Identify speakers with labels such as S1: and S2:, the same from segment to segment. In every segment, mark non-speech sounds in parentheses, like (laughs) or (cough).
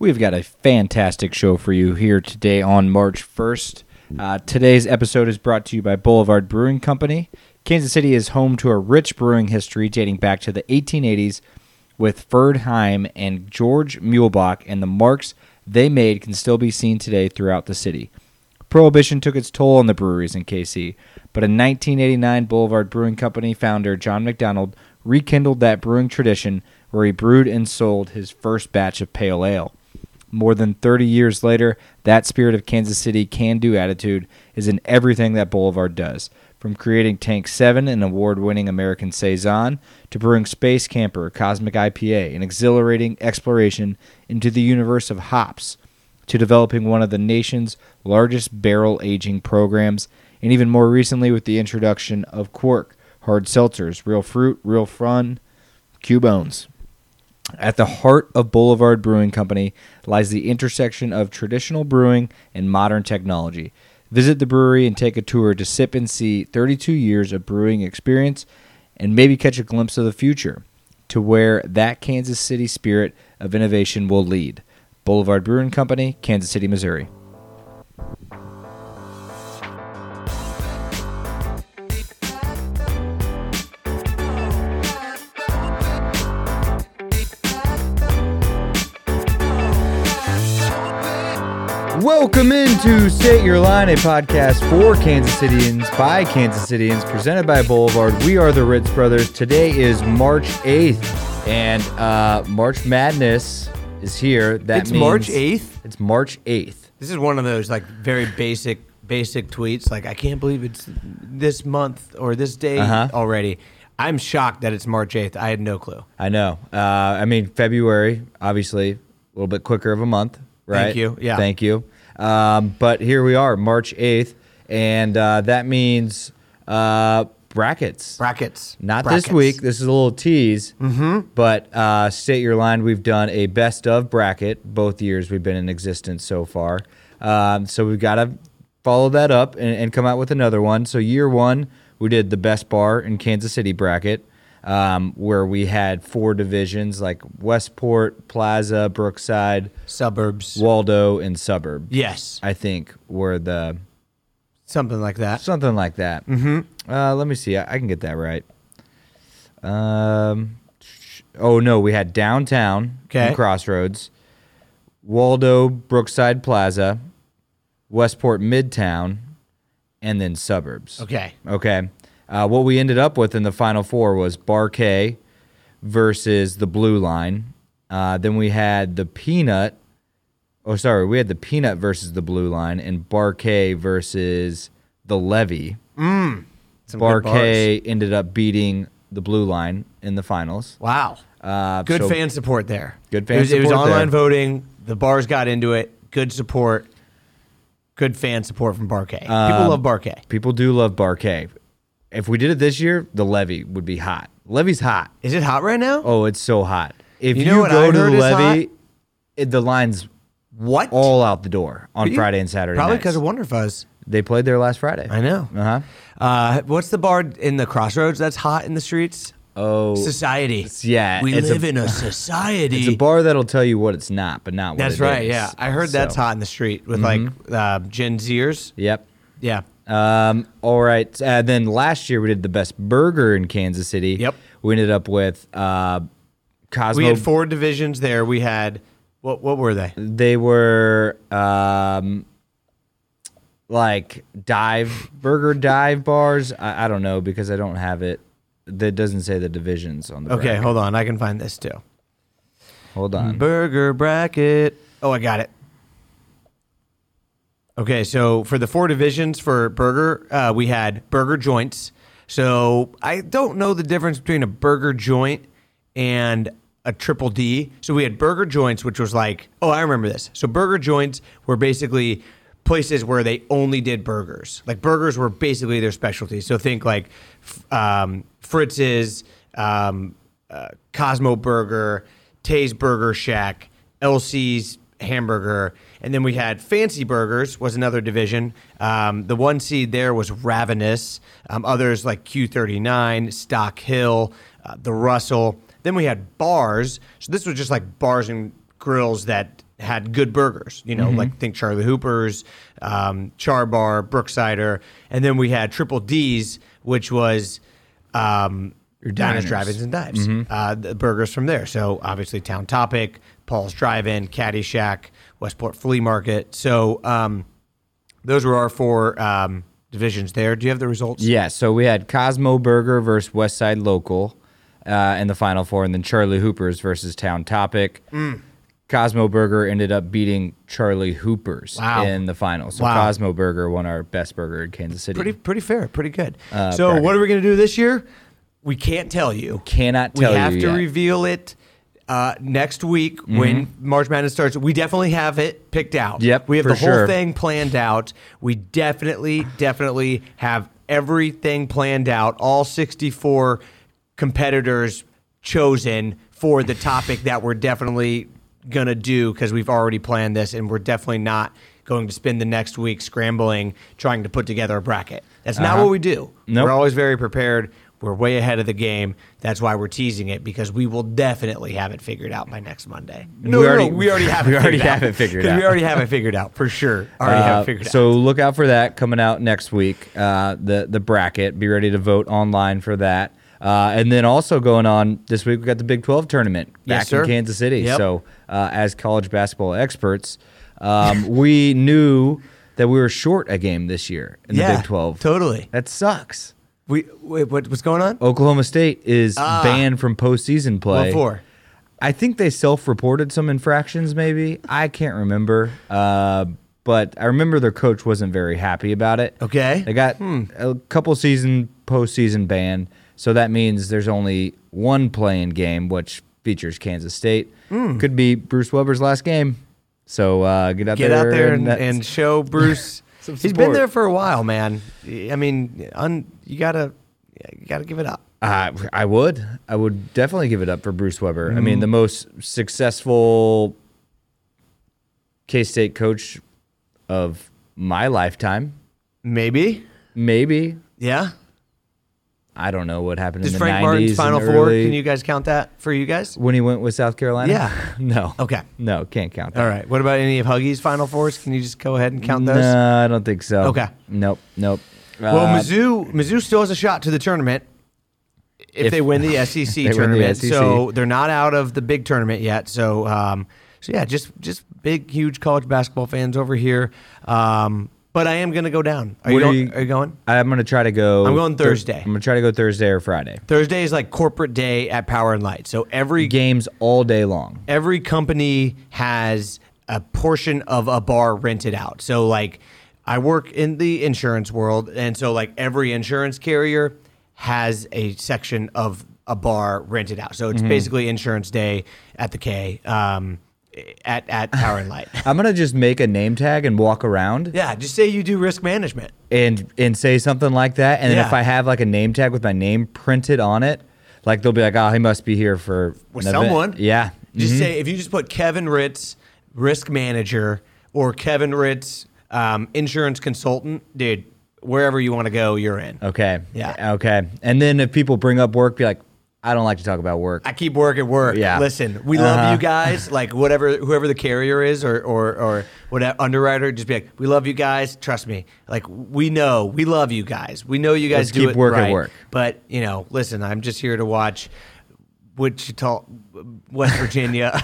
S1: We've got a fantastic show for you here today on March 1st. Uh, today's episode is brought to you by Boulevard Brewing Company. Kansas City is home to a rich brewing history dating back to the 1880s with Ferdheim and George Muehlbach, and the marks they made can still be seen today throughout the city. Prohibition took its toll on the breweries in KC, but in 1989, Boulevard Brewing Company founder John McDonald rekindled that brewing tradition where he brewed and sold his first batch of pale ale. More than 30 years later, that spirit of Kansas City can do attitude is in everything that Boulevard does. From creating Tank 7, an award winning American Saison, to brewing Space Camper, Cosmic IPA, an exhilarating exploration into the universe of hops, to developing one of the nation's largest barrel aging programs, and even more recently with the introduction of Quark, hard seltzers, real fruit, real fun, Cubones. At the heart of Boulevard Brewing Company lies the intersection of traditional brewing and modern technology. Visit the brewery and take a tour to sip and see 32 years of brewing experience and maybe catch a glimpse of the future to where that Kansas City spirit of innovation will lead. Boulevard Brewing Company, Kansas City, Missouri. Welcome into State Your Line, a podcast for Kansas Cityans by Kansas Cityans, presented by Boulevard. We are the Ritz Brothers. Today is March 8th, and uh, March Madness is here. That
S2: It's
S1: means
S2: March 8th?
S1: It's March 8th.
S2: This is one of those like very basic basic tweets. Like I can't believe it's this month or this day
S1: Uh-huh.
S2: already. I'm shocked that it's March 8th. I had no clue.
S1: I know. Uh, I mean, February, obviously, a little bit quicker of a month, right?
S2: you. Yeah.
S1: Thank you. Um, but here we are, March 8th, and uh, that means uh, brackets.
S2: Brackets.
S1: Not
S2: Brackets.
S1: this week. This is a little tease. Mm-hmm. But uh, state your line. We've done a best of bracket both years we've been in existence so far. Um, so we've got to follow that up and, and come out with another one. So year one, we did the best bar in Kansas City bracket, um, where we had four divisions like Westport, Plaza, Brookside,
S2: Suburbs.
S1: Waldo, and Suburb.
S2: yes.
S1: I think were the
S2: Something like that.
S1: something like that. Mm-hmm. Uh, let me see. I, I can get that right. Um, oh no, we had downtown and
S2: Okay.
S1: Crossroads, Waldo Brookside Plaza, Westport Midtown, and then suburbs.
S2: Okay.
S1: Okay. Uh, what we ended up with in the final four was Bar K versus the Blue Line. Uh, then we had the Peanut. Oh, sorry. We had the Peanut versus the Blue Line and Bar K versus the Levy.
S2: Some
S1: Bar
S2: good bars.
S1: K ended up beating the Blue Line in the finals.
S2: Wow.
S1: Uh,
S2: Good
S1: so-
S2: fan support there.
S1: Good fan
S2: it was, It was
S1: support there.
S2: online voting. The bars got into it. Good support. Good fan support from Bar K. People
S1: Um,
S2: love Bar K.
S1: People do love Bar K. If we did it this year, the Levy would be hot. Levy's hot.
S2: Is it hot right now?
S1: Oh, it's so hot. If you,
S2: You know what
S1: go
S2: I
S1: to the
S2: heard is
S1: Levy, it, the line's
S2: What?
S1: all out the door on Friday and Saturday.
S2: Probably
S1: nights.
S2: because of Wonder Fuzz.
S1: they played there last Friday.
S2: I know.
S1: Uh huh.
S2: Uh, what's the bar in the crossroads that's hot in the streets?
S1: Oh,
S2: Society.
S1: yeah,
S2: We
S1: it's a-
S2: live
S1: (laughs)
S2: in a society.
S1: it's a bar that'll tell you what it's not, but not what
S2: That's
S1: it
S2: right.
S1: is.
S2: Yeah. I heard that's
S1: So, Mm-hmm.
S2: hot in the street with like uh, Gen Zers.
S1: Yep.
S2: Yeah.
S1: Um, all right. Uh, then last year we did the best burger in Kansas City.
S2: Yep.
S1: We ended up with uh, Cosmo.
S2: We had four divisions there. We had, what What were they?
S1: They were um, like dive burger dive bars. I, I don't know because I don't have it. That doesn't say the divisions on the.
S2: Okay.
S1: bracket.
S2: Hold on. I can find this too.
S1: Hold on.
S2: Burger bracket. Oh, I got it. Okay, so for the four divisions for burger, uh, we had burger joints. So I don't know the difference between a burger joint and a triple D. So we had burger joints, which was like, oh, I remember this. So burger joints were basically places where they only did burgers. Like burgers were basically their specialty. So think like f- um, Fritz's, um, uh, Cosmo Burger, Tay's Burger Shack, LC's hamburger. And then we had Fancy Burgers was another division. Um, the one seed there was Ravenous. Um, others like Q39, Stock Hill, uh, the Russell. Then we had bars. So this was just like bars and grills that had good burgers. You know, like think Charlie Hooper's, um, Char Bar, Brooksider, and then we had Triple D's, which was um, Diners,
S1: diners.
S2: Drive-ins, and Dives.
S1: Mm-hmm.
S2: Uh, the burgers from there. So obviously Town Topic, Paul's Drive-In, Caddyshack, Westport Flea Market. So um, those were our four um, divisions there. Do you have the results?
S1: Yeah, so we had Cosmo Burger versus Westside Local uh, in the final four, and then Charlie Hooper's versus Town Topic.
S2: Mm.
S1: Cosmo Burger ended up beating Charlie Hooper's
S2: Wow.
S1: in the final. So
S2: Wow.
S1: Cosmo Burger won our best burger in Kansas City.
S2: Pretty, pretty fair, pretty good. so,
S1: bracket.
S2: what are we going to do this year? We can't tell you.
S1: Cannot
S2: we
S1: tell
S2: have
S1: you
S2: to
S1: yet.
S2: reveal it uh, next week when March Madness starts. We definitely have it picked out.
S1: Mm-hmm. Yep,
S2: we have
S1: for
S2: the whole
S1: sure.
S2: thing planned out. We definitely, definitely have everything planned out. All sixty-four competitors chosen for the topic that we're definitely gonna do because we've already planned this, and we're definitely not going to spend the next week scrambling trying to put together a bracket. That's not what we do.
S1: Uh-huh. Nope.
S2: We're always very prepared. We're way ahead of the game. That's why we're teasing it because we will definitely have it figured out by next Monday. No,
S1: We
S2: we already,
S1: already- (laughs)
S2: we already have it
S1: we already
S2: figured out.
S1: have it figured
S2: 'Cause
S1: out.
S2: We already have it figured out for sure. Already have
S1: Uh,
S2: it figured out.
S1: so look out for that coming out next week. Uh, the the bracket. Be ready to vote online for that. Uh, and then also going on this week, we got the Big Twelve tournament back
S2: Yes, sir.
S1: in Kansas City.
S2: Yep.
S1: So uh, as college basketball experts, um, (laughs) we knew that we were short a game this year in
S2: yeah,
S1: the Big Twelve.
S2: Totally.
S1: That sucks.
S2: We wait, what, what's going on?
S1: Oklahoma State is banned from postseason play.
S2: Ah. What for?
S1: I think they self-reported some infractions. Maybe I can't remember, uh, but I remember their coach wasn't very happy about it.
S2: Okay. Hmm.
S1: they got a couple season postseason ban, so that means there's only one playing game, which features Kansas State.
S2: Hmm.
S1: Could be Bruce Weber's last game, so uh, get out
S2: Get
S1: there,
S2: out there and,
S1: that's- (laughs)
S2: and show Bruce.
S1: Some
S2: He's been
S1: support.
S2: there for a while, man. I mean, un, you gotta you gotta give it up.
S1: I, I would. I would definitely give it up for Bruce Weber. I
S2: Mm.
S1: mean, the most successful K State coach of my lifetime,
S2: Maybe.
S1: maybe.
S2: Yeah.
S1: I don't know what happened
S2: Does
S1: in the
S2: Frank
S1: 90s.
S2: Martin's Final
S1: and
S2: Four?
S1: early-
S2: Can you guys count that for you guys?
S1: when he went with South Carolina?
S2: Yeah.
S1: (laughs) no.
S2: Okay.
S1: No, can't count that.
S2: All right. What about any of Huggy's Final Fours? Can you just go ahead and count those?
S1: No, I don't think so.
S2: Okay.
S1: Nope. Nope.
S2: Well,
S1: Uh,
S2: Mizzou, Mizzou still has a shot to the tournament if,
S1: If-
S2: they win the SEC
S1: (laughs) win the E
S2: tournament.
S1: SEC.
S2: So they're not out of the big tournament yet. So, um, so yeah, just just big, huge college basketball fans over here. Um, but I am going to go down. Are you,
S1: What are
S2: going,
S1: you-
S2: are you going?
S1: I'm going to try to go.
S2: I'm going
S1: Thur-
S2: Thursday.
S1: I'm going to try to go Thursday or Friday.
S2: Thursday is like corporate day at Power and Light. So every
S1: Games all day long.
S2: every company has a portion of a bar rented out. So like I work in the insurance world and so like every insurance carrier has a section of a bar rented out. So it's basically insurance day at the K um, at (laughs) at Power and Light.
S1: I'm going to just make a name tag and walk around.
S2: yeah, just say you do risk management.
S1: and and say something like that. And then if
S2: Yeah.
S1: I have like a name tag with my name printed on it, like they'll be like, "Oh, he must be here for
S2: With
S1: an event."
S2: someone.
S1: Yeah,
S2: Just say if you just put Kevin Ritz, risk manager, or Kevin Ritz, um, insurance consultant, dude, wherever you want to go, you're in.
S1: okay,
S2: Yeah.
S1: okay. And then if people bring up work, be like, "I don't like to talk about work."
S2: I keep work at work.
S1: Yeah. Uh-huh.
S2: Listen, we love you
S1: (laughs)
S2: guys. Like whatever, whoever the carrier is, or or or whatever underwriter, just be like, we love you guys. Trust me. Like we know, we love you guys. We know you guys
S1: Let's
S2: do
S1: keep
S2: it
S1: work at
S2: right.
S1: work.
S2: But you know, listen, I'm just here to watch Wichita, West
S1: (laughs)
S2: Virginia.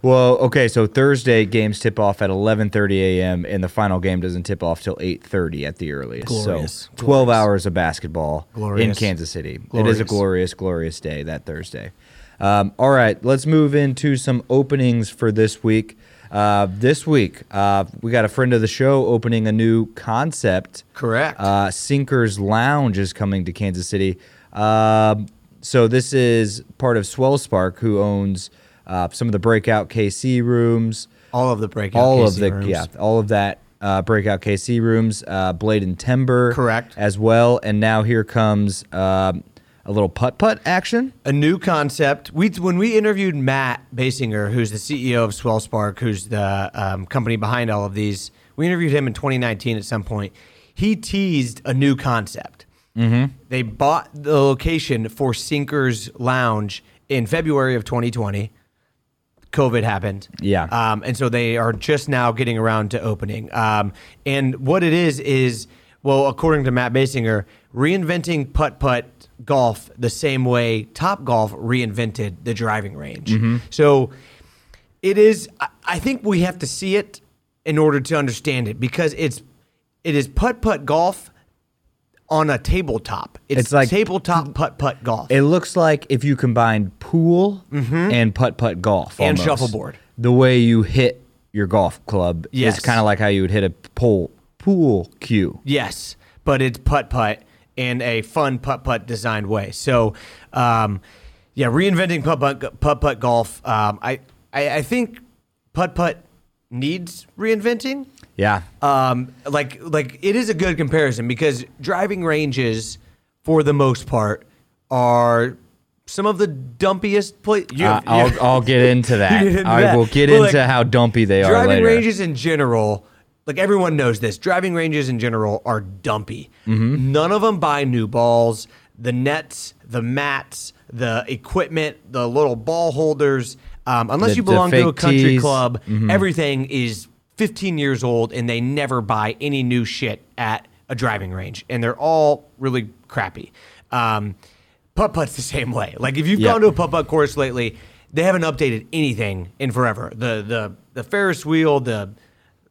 S1: Well, okay, so Thursday games tip off at 11:30 a.m. and the final game doesn't tip off till 8:30 at the earliest.
S2: Glorious,
S1: So 12
S2: glorious.
S1: hours of basketball in
S2: Glorious.
S1: Kansas City. It is a glorious,
S2: Glorious.
S1: glorious day that Thursday. Um, all right, let's move into some openings for this week. Uh, this week, uh, we got a friend of the show opening a new concept.
S2: Correct.
S1: Uh, Sinkers Lounge is coming to Kansas City. Um, so this is part of Swell Spark, who owns uh, some of the Breakout KC rooms,
S2: all of the breakout.
S1: all of
S2: KC
S1: the
S2: rooms.
S1: yeah, all of that uh, Breakout KC rooms, uh, Blade and Timber,
S2: Correct.
S1: as well. And now here comes um, a little putt putt action.
S2: a new concept. We when we interviewed Matt Basinger, who's the CEO of Swellspark, who's the um, company behind all of these. We interviewed him in 2019 at some point. He teased a new concept. Mm-hmm. They bought the location for Sinker's Lounge in February of 2020. COVID happened.
S1: Yeah.
S2: Um, and so they are just now getting around to opening. Um, and what it is is, well, according to Matt Basinger, reinventing putt putt golf the same way Top Golf reinvented the driving range. So it is. I- I think we have to see it in order to understand it because it's it is putt putt golf on a tabletop. It's,
S1: It's like-
S2: tabletop putt putt golf.
S1: It looks like if you combine pool and putt putt golf
S2: Mm-hmm. And
S1: almost.
S2: shuffleboard.
S1: the way you hit your golf club
S2: Yes.
S1: is kind of like how you would hit a pool pool cue.
S2: Yes, but it's putt putt in a fun putt putt designed way. So, um, yeah, reinventing putt putt putt putt golf. Um, I, I I think putt putt needs reinventing.
S1: Yeah,
S2: Um, like like it is a good comparison because driving ranges, for the most part, are some of the dumpiest place. You,
S1: I- Uh, I'll,
S2: (laughs)
S1: I'll get into that.
S2: get into
S1: I
S2: that.
S1: will get
S2: But,
S1: into
S2: like,
S1: how dumpy they are
S2: driving
S1: later.
S2: ranges in general like everyone knows this driving ranges in general are dumpy
S1: Mm-hmm.
S2: none of them buy new balls the nets the mats the equipment the little ball holders um, unless
S1: The-
S2: you
S1: the
S2: belong to a
S1: fake
S2: country
S1: tees. Mm-hmm.
S2: club everything is 15 years old and they never buy any new shit at a driving range and they're all really crappy um, putt putt's the same way like if you've
S1: Yep.
S2: gone to a putt putt course lately, they haven't updated anything in forever. The the the Ferris wheel, the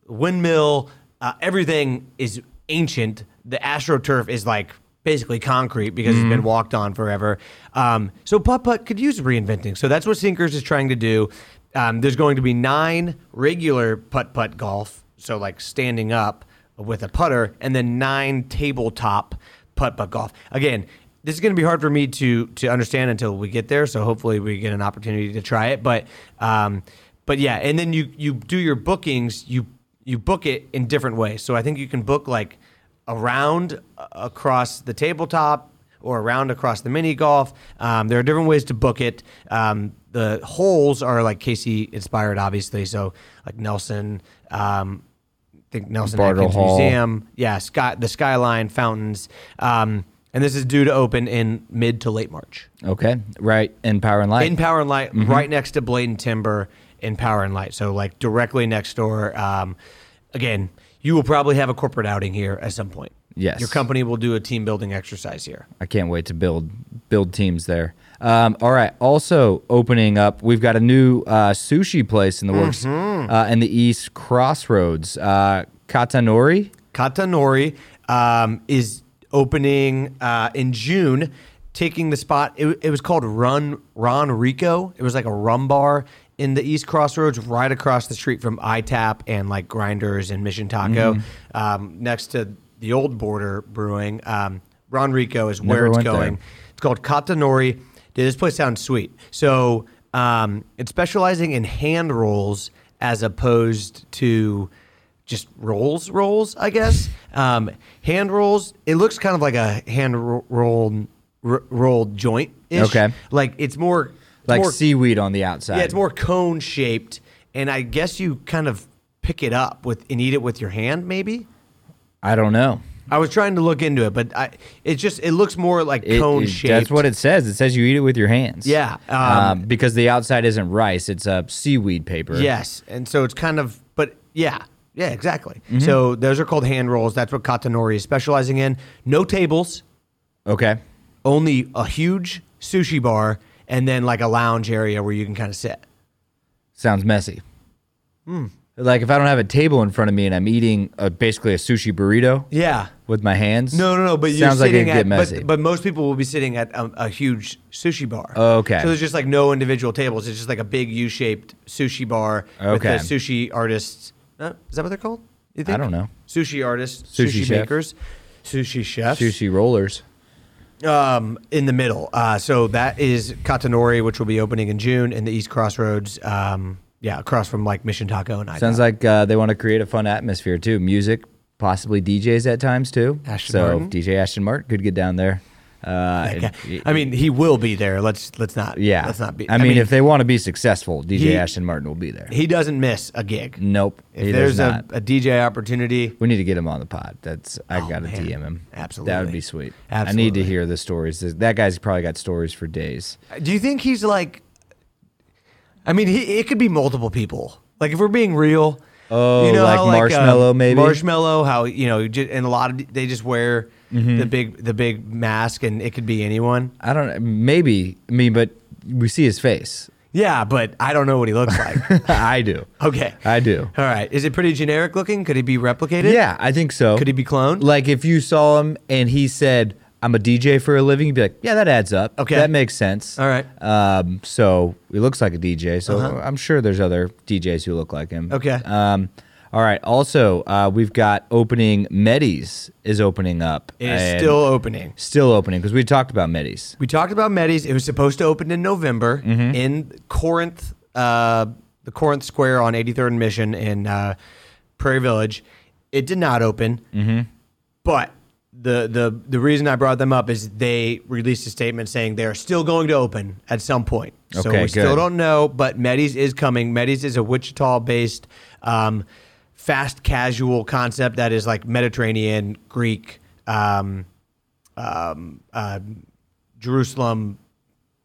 S2: windmill, uh, everything is ancient. The astroturf is like basically concrete because it's been walked on forever. Um, so putt putt could use reinventing. So that's what Sinkers is trying to do. Um, there's going to be nine regular putt putt golf, so like standing up with a putter, and then nine tabletop putt putt golf. Again, this is going to be hard for me to to understand until we get there. So hopefully we get an opportunity to try it. But um, but yeah, and then you you do your bookings. You you book it in different ways. So I think you can book like around uh, across the tabletop or around across the mini golf. Um, there are different ways to book it. Um, the holes are like Casey inspired, obviously. So like Nelson. Um, I think Nelson
S1: Bartle
S2: Atkins
S1: Hall.
S2: Museum. Yeah, sky, the skyline fountains. Um, and this is due to open in mid to late March.
S1: Okay, right in power and light.
S2: In Power and Light,
S1: Mm-hmm.
S2: right next to Blade and Timber in Power and Light. So like directly next door. Um, again, you will probably have a corporate outing here at some point.
S1: Yes.
S2: Your company will do a team building exercise here.
S1: I can't wait to build build teams there. Um, all right. Also opening up, we've got a new uh, sushi place in the works
S2: Mm-hmm.
S1: uh, in the East Crossroads, uh, Katanori.
S2: Katanori um, is opening uh, in June, taking the spot. It, it was called Run Ron Rico. It was like a rum bar in the East Crossroads, right across the street from ITAP and like Grinders and Mission Taco,
S1: Mm-hmm.
S2: um, next to the Old Border Brewing. Um, Ron Rico is where it's
S1: went there.
S2: going. It's called Katanori. Dude, this place sounds sweet. So um, it's specializing in hand rolls as opposed to just rolls, rolls, I guess. Um, hand rolls, it looks kind of like a hand ro- roll, r- rolled joint ish.
S1: Okay.
S2: Like it's more, it's
S1: Like
S2: more
S1: seaweed on the outside.
S2: yeah, it's more cone shaped. And I guess you kind of pick it up with and eat it with your hand, maybe.
S1: I don't know.
S2: I was trying to look into it, but I, it just it looks more like
S1: It-
S2: cone
S1: it-
S2: shaped.
S1: That's what it says. It says you eat it with your hands.
S2: Yeah, um,
S1: um, because the outside isn't rice; it's a seaweed paper.
S2: Yes, and so it's kind of, but yeah, yeah, exactly. So those are called hand rolls. That's what Katanori is specializing in. No tables,
S1: Okay.
S2: only a huge sushi bar, and then like a lounge area where you can kind of sit.
S1: Sounds messy.
S2: Hmm.
S1: Like if I don't have a table in front of me and I'm eating a, basically a sushi burrito
S2: Yeah.
S1: with my hands.
S2: No, no, no. But you're
S1: sounds like
S2: sitting
S1: it'd
S2: at,
S1: get messy.
S2: But, but most people will be sitting at um, a, a huge sushi bar.
S1: Okay.
S2: So there's just like no individual tables. It's just like a big U-shaped sushi bar with the
S1: Okay.
S2: sushi artists. Uh, is that what they're called? You think?
S1: don't know.
S2: Sushi artists,
S1: Sushi
S2: sushi,
S1: chef.
S2: makers, sushi chefs,
S1: sushi rollers.
S2: um, in the middle. Uh, so that is Katanori, which will be opening in June in the East Crossroads. Um, yeah, across from like Mission Taco and I.
S1: Sounds like uh, they want to create a fun atmosphere too. Music, possibly DJs at times too.
S2: Ashton
S1: so
S2: Martin.
S1: DJ Ashton Martin could get down there. Uh, and-
S2: I mean, he will be there. Let's let's not.
S1: yeah.
S2: Let's not be.
S1: I, mean, if they want to be successful, DJ
S2: He-
S1: Ashton Martin will be there.
S2: he doesn't miss a gig.
S1: nope.
S2: If
S1: he does
S2: there's a,
S1: not.
S2: a DJ opportunity,
S1: we need to get him on the pod. That's I gotta
S2: Oh, man.
S1: DM him. that would
S2: Absolutely.
S1: be sweet. I need to
S2: Absolutely.
S1: hear the stories. That guy's probably got stories for days.
S2: do you think he's like? I mean, he, it could be multiple people. Like if we're being real,
S1: Oh, like
S2: how,
S1: Marshmello, maybe?
S2: marshmallow. How you know, ju- and a lot of they just wear
S1: Mm-hmm.
S2: the big the big mask, and it could be anyone.
S1: I don't. Maybe. I mean, but we see his face. (laughs)
S2: Yeah, but I don't know what he looks like.
S1: I do.
S2: okay,
S1: I do.
S2: All right, is it pretty generic looking? Could he be replicated?
S1: Yeah, I think so.
S2: Could he be cloned?
S1: Like if you saw him and he said, "I'm a DJ for a living," you'd be like, "Yeah, that adds up.
S2: Okay.
S1: that makes sense."
S2: All right. Uh-huh.
S1: Um, so he looks like a DJ. So I'm sure there's other DJs who look like him.
S2: Okay.
S1: Um, all right. Also, uh, we've got opening. Medis is opening up.
S2: It is
S1: and
S2: still opening.
S1: still opening because we talked about Medis.
S2: We talked about Medes. It was supposed to open in November
S1: Mm-hmm.
S2: in Corinth, uh, the Corinth Square on 83rd and Mission in uh, Prairie Village. It did not open,
S1: Mm-hmm.
S2: but the the the reason I brought them up is they released a statement saying they are still going to open at some point. so we
S1: Okay,
S2: still
S1: good.
S2: don't know, but Medes is coming. Medes is a Wichita-based um, fast casual concept that is like Mediterranean Greek. Um, um, uh, Jerusalem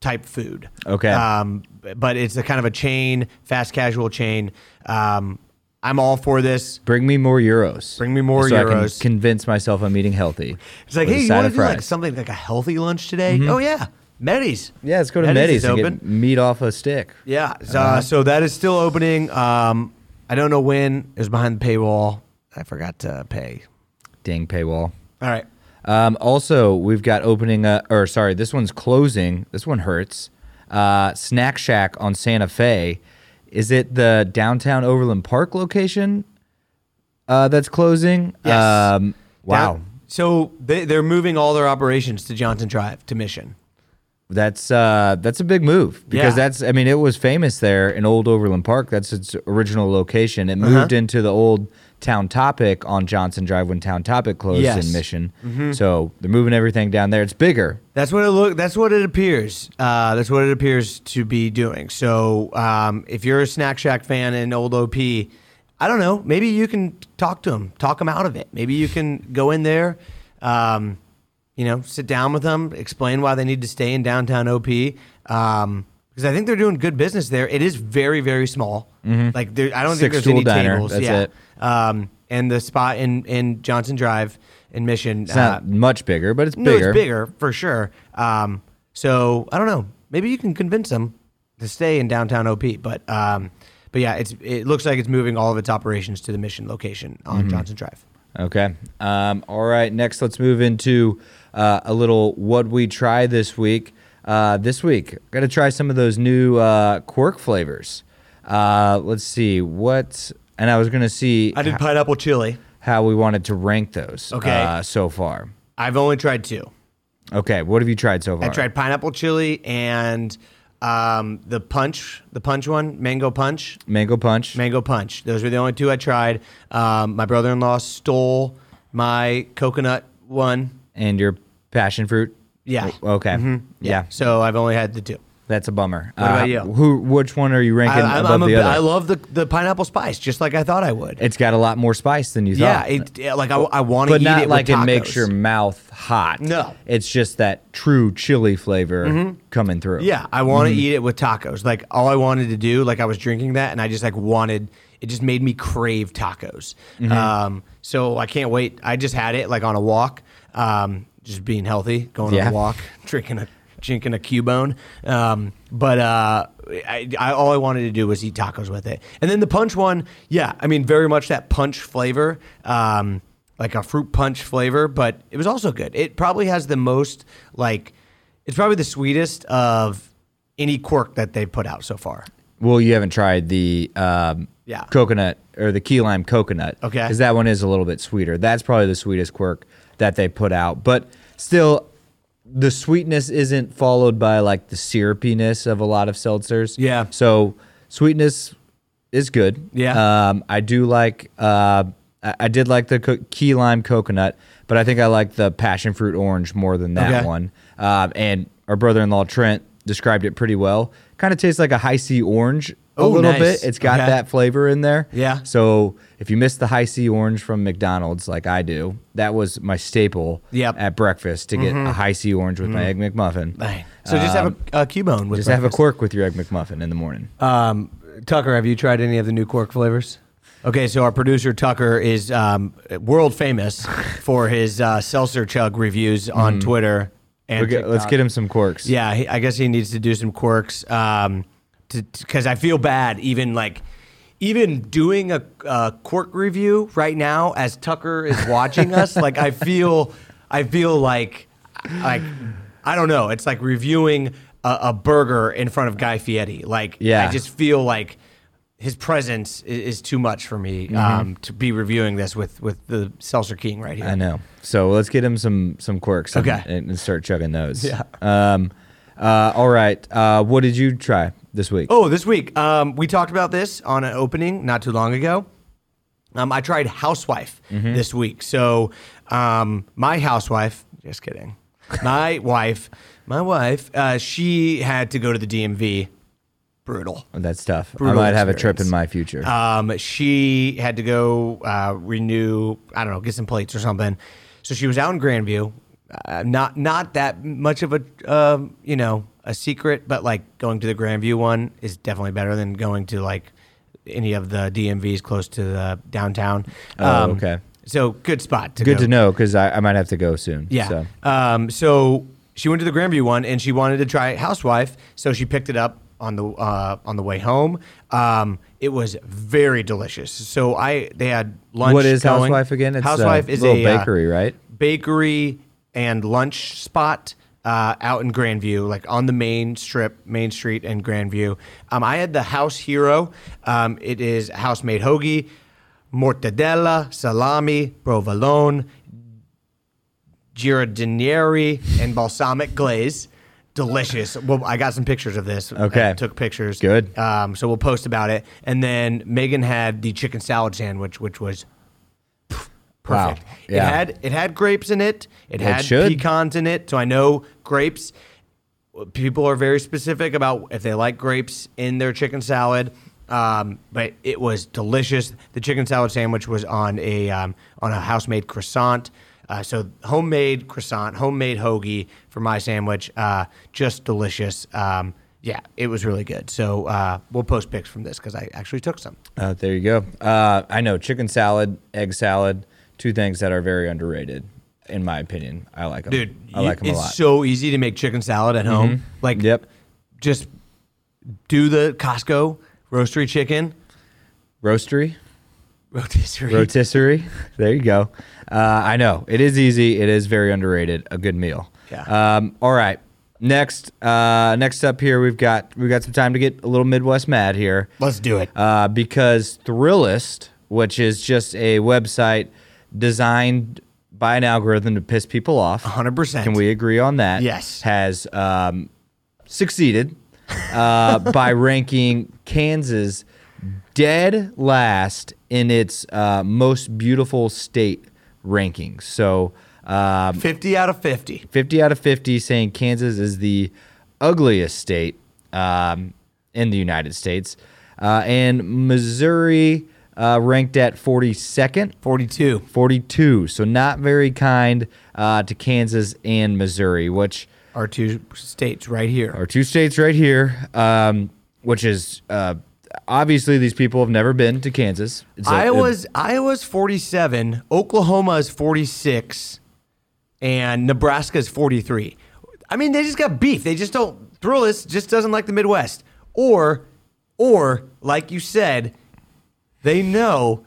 S2: type food.
S1: Okay.
S2: Um, but it's a kind of a chain, fast casual chain. Um, I'm all for this.
S1: Bring me more euros.
S2: Bring me more
S1: so I can
S2: euros.
S1: convince myself I'm eating healthy.
S2: It's like,
S1: with a
S2: hey, you
S1: side
S2: want to
S1: of
S2: do like
S1: fries.
S2: something like a healthy lunch today? Oh yeah, Medis.
S1: Yeah, let's go to
S2: Medis
S1: Medis
S2: is
S1: and
S2: open.
S1: get Uh-huh. meat off a stick.
S2: Yeah. So, uh, so that is still opening. Um, I don't know when. It was behind the paywall. I forgot to pay.
S1: Dang paywall.
S2: All right.
S1: Um, also, we've got opening, uh, or sorry, this one's closing. This one hurts. Uh, Snack Shack on Santa Fe. Is it the downtown Overland Park location uh, that's closing?
S2: Yes.
S1: Um, wow.
S2: Down- so they, they're moving all their operations to Johnson Drive to Mission.
S1: That's uh, that's a big move because
S2: Yeah.
S1: that's I mean it was famous there in Old Overland Park. That's its original location.
S2: Uh-huh.
S1: It moved into the old Town Topic on Johnson Drive when Town Topic closed
S2: Yes. Mm-hmm.
S1: in Mission. So they're moving everything down there. It's bigger.
S2: That's what it look. That's what it appears. Uh, that's what it appears to be doing. So, um, if you're a Snack Shack fan and old OP, I don't know. Maybe you can talk to them, talk them out of it. Maybe you can go in there, um, you know, sit down with them, explain why they need to stay in downtown OP. Um, because I think they're doing good business there. It is very, very small. Like there, I don't think there's
S1: Six-stool Mm-hmm.
S2: any
S1: diner,
S2: tables.
S1: that's
S2: yeah.
S1: it.
S2: Um, and the spot in in Johnson Drive in Mission. uh,
S1: It's not much bigger, but it's
S2: Uh-huh. No,
S1: bigger.
S2: it's bigger for sure. Um, so I don't know. Maybe you can convince them to stay in downtown OP. But um, but yeah, it's it looks like it's moving all of its operations to the mission location on
S1: Mm-hmm.
S2: Johnson Drive.
S1: Okay. Um, all right. Next, let's move into uh, a little what we try this week. Uh, this week, got to try some of those new uh, quirk flavors. Uh, let's see what. And I was gonna see
S2: I did pineapple chili.
S1: how we wanted to rank those.
S2: Okay.
S1: Uh, so far.
S2: I've only tried two.
S1: Okay. What have you tried so far?
S2: I tried pineapple chili and um, the punch, the punch one, mango punch.
S1: mango punch.
S2: Mango Punch. Those were the only two I tried. Um, my brother in law stole my coconut one.
S1: and your passion fruit.
S2: Yeah.
S1: O- Okay. Yeah.
S2: So I've only had the two.
S1: That's a bummer. What
S2: about you?
S1: Who? Which one are you ranking
S2: I, I'm,
S1: above
S2: I'm a,
S1: the
S2: bi-
S1: other?
S2: I love the, the pineapple spice, just like I thought I would.
S1: it's got a lot more spice than you
S2: yeah,
S1: thought.
S2: it, yeah, like I, I want to
S1: but
S2: eat
S1: not
S2: it
S1: like
S2: with
S1: it makes
S2: tacos.
S1: your mouth hot.
S2: No. Mm-hmm.
S1: it's just that true chili flavor coming through.
S2: Yeah, I want
S1: Mm-hmm.
S2: to eat it with tacos. Like all I wanted to do, like I was drinking that, and I just like wanted. It just made me crave tacos.
S1: Mm-hmm.
S2: Um, so I can't wait. I just had it like on a walk, um, just being healthy, going on
S1: Yeah.
S2: a walk, (laughs) drinking a drinking a Cubone. Um, but uh, I, I, all I wanted to do was eat tacos with it. And then the punch one, yeah, I mean, very much that punch flavor. Um, like a fruit punch flavor, but it was also good. It probably has the most like it's probably the sweetest of any quirk that they've put out so far.
S1: Well, you haven't tried the um,
S2: Yeah.
S1: coconut or the key lime coconut.
S2: Okay.
S1: because that one is a little bit sweeter. That's probably the sweetest quirk that they put out. But still, the sweetness isn't followed by like the syrupiness of a lot of seltzers.
S2: Yeah.
S1: So sweetness is good.
S2: Yeah.
S1: Um, I do like. Uh, I I did like the co- key lime coconut, but I think I like the passion fruit orange more than that
S2: Okay.
S1: one one. Um, and our brother in law Trent described it pretty well. Kind of tastes like a high C orange a
S2: Oh,
S1: little
S2: nice.
S1: bit. It's got
S2: Okay.
S1: that flavor in there.
S2: Yeah.
S1: So if you miss the high C orange from McDonald's, like I do, that was my staple
S2: Yep. Mm-hmm.
S1: at breakfast to get a high C orange with my egg McMuffin. Um,
S2: So just have a, a Cubone with
S1: Just have a
S2: breakfast.
S1: quirk with your egg McMuffin in the morning.
S2: Um, Tucker, have you tried any of the new cork flavors? Okay, so our producer Tucker is um, world famous for his uh, seltzer chug reviews on Twitter and
S1: We'll get- let's
S2: TikTok.
S1: get him some quirks.
S2: Yeah, he, I guess he needs to do some quirks. Um, because I feel bad, even like, even doing a, a quirk review right now as Tucker is
S1: (laughs)
S2: watching us. Like, I feel, I feel like, like, I don't know. It's like reviewing a, a burger in front of Guy Fieri. Like,
S1: Yeah.
S2: I just feel like. His presence i- is too much for me
S1: Mm-hmm.
S2: um, to be reviewing this with, with the Seltzer King right here.
S1: I know. So let's get him some some quirks. and-
S2: Okay.
S1: And, and start chugging those. Yeah. Um. Uh. All right. Uh. What did you try this week?
S2: Oh, this week um, we talked about this on an opening not too long ago. Um, I tried Housewife this week. So um, my housewife, just kidding, my (laughs) wife, my wife, uh, she had to go to the DMV. Brutal.
S1: That's tough. I
S2: Brutal
S1: might have a trip
S2: experience.
S1: in my future.
S2: Um, she had to go uh, renew. I don't know, get some plates or something. So she was out in Grandview. Uh, not not that much of a um, you know a secret, but like going to the Grandview one is definitely better than going to like any of the DMVs close to the downtown. Um,
S1: Oh, okay.
S2: So good spot to
S1: Good
S2: go.
S1: to know because I, I might have to go soon.
S2: Yeah.
S1: So.
S2: Um, so she went to the Grandview one and she wanted to try Housewife, so she picked it up on the uh, on the way home. Um, it was very delicious. So I they had lunch.
S1: What is
S2: going.
S1: Housewife again? It's
S2: Housewife
S1: a
S2: is
S1: little
S2: a uh,
S1: bakery, right?
S2: bakery and lunch spot uh, out in Grandview, like on the main strip, Main Street and Grandview. Um, I had the House Hero. Um, it is house made hoagie, mortadella, salami, provolone, giardinieri, and balsamic glaze. Delicious. Well, I got some pictures of this.
S1: Okay.
S2: I took pictures.
S1: Good.
S2: Um, so we'll post about it. And then Megan had the chicken salad sandwich, which was
S1: Wow.
S2: Perfect.
S1: Yeah.
S2: It had it had grapes in it. It, had
S1: should.
S2: pecans in it. So I know grapes. People are very specific about if they like grapes in their chicken salad. Um, but it was delicious. The chicken salad sandwich was on a um, on a house made croissant. Uh, so homemade croissant, homemade hoagie for my sandwich. Uh, just delicious. Um, yeah, it was really good. So uh, we'll post pics from this because I actually took some.
S1: Uh, there you go. Uh, I know chicken salad, egg salad, two things that are very underrated, in my opinion. I like them.
S2: dude.
S1: I
S2: you-
S1: like them a
S2: it's
S1: lot.
S2: so easy to make chicken salad at home. Like,
S1: Yep.
S2: just do the Costco roastery chicken
S1: Roastery,
S2: rotisserie.
S1: rotisserie. (laughs) there you go. Uh, I know it is easy. It is very underrated. A good meal.
S2: Yeah.
S1: Um, all right. Next, uh, next up here, we've got we've got some time to get a little Midwest mad here.
S2: Let's do it.
S1: uh, because Thrillist, which is just a website designed by an algorithm to piss people off,
S2: 100%.
S1: Can we agree on that?
S2: Yes.
S1: Has um, succeeded uh, (laughs) by ranking Kansas dead last in its uh, most beautiful state rankings. So. Um,
S2: Fifty out of fifty.
S1: 50 out of 50 saying Kansas is the ugliest state um, in the United States. Uh, and Missouri uh, ranked at 42nd,
S2: 42.
S1: 42. So not very kind uh, to Kansas and Missouri, which
S2: Our two states right here.
S1: are two states right here, um, which is uh, obviously these people have never been to Kansas. It's a-
S2: Iowa's Iowa's 47, Oklahoma is 46, and Nebraska is 43. I mean, they just got beef. They just don't Thrillist just doesn't like the Midwest. Or or like you said, they know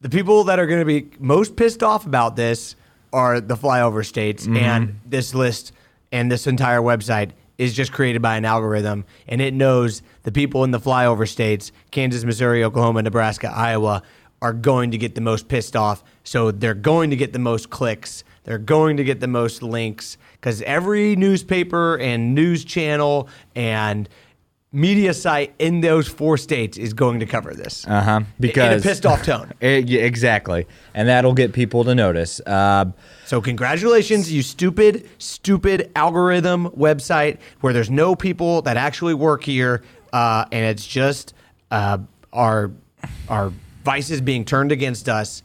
S2: the people that are going to be most pissed off about this are the flyover states and this list and this entire website is just created by an algorithm and it knows the people in the flyover states Kansas, Missouri, Oklahoma, Nebraska, Iowa are going to get the most pissed off so they're going to get the most clicks they're going to get the most links cuz every newspaper and news channel and media site in those four states is going to cover this
S1: Uh huh. Because
S2: in a pissed off tone.
S1: Eh, yeah, exactly, and that'll get people to notice. Um,
S2: (laughs) So congratulations, you stupid, stupid algorithm website where there's no people that actually work here, uh, and it's just uh, our our vices being turned against us,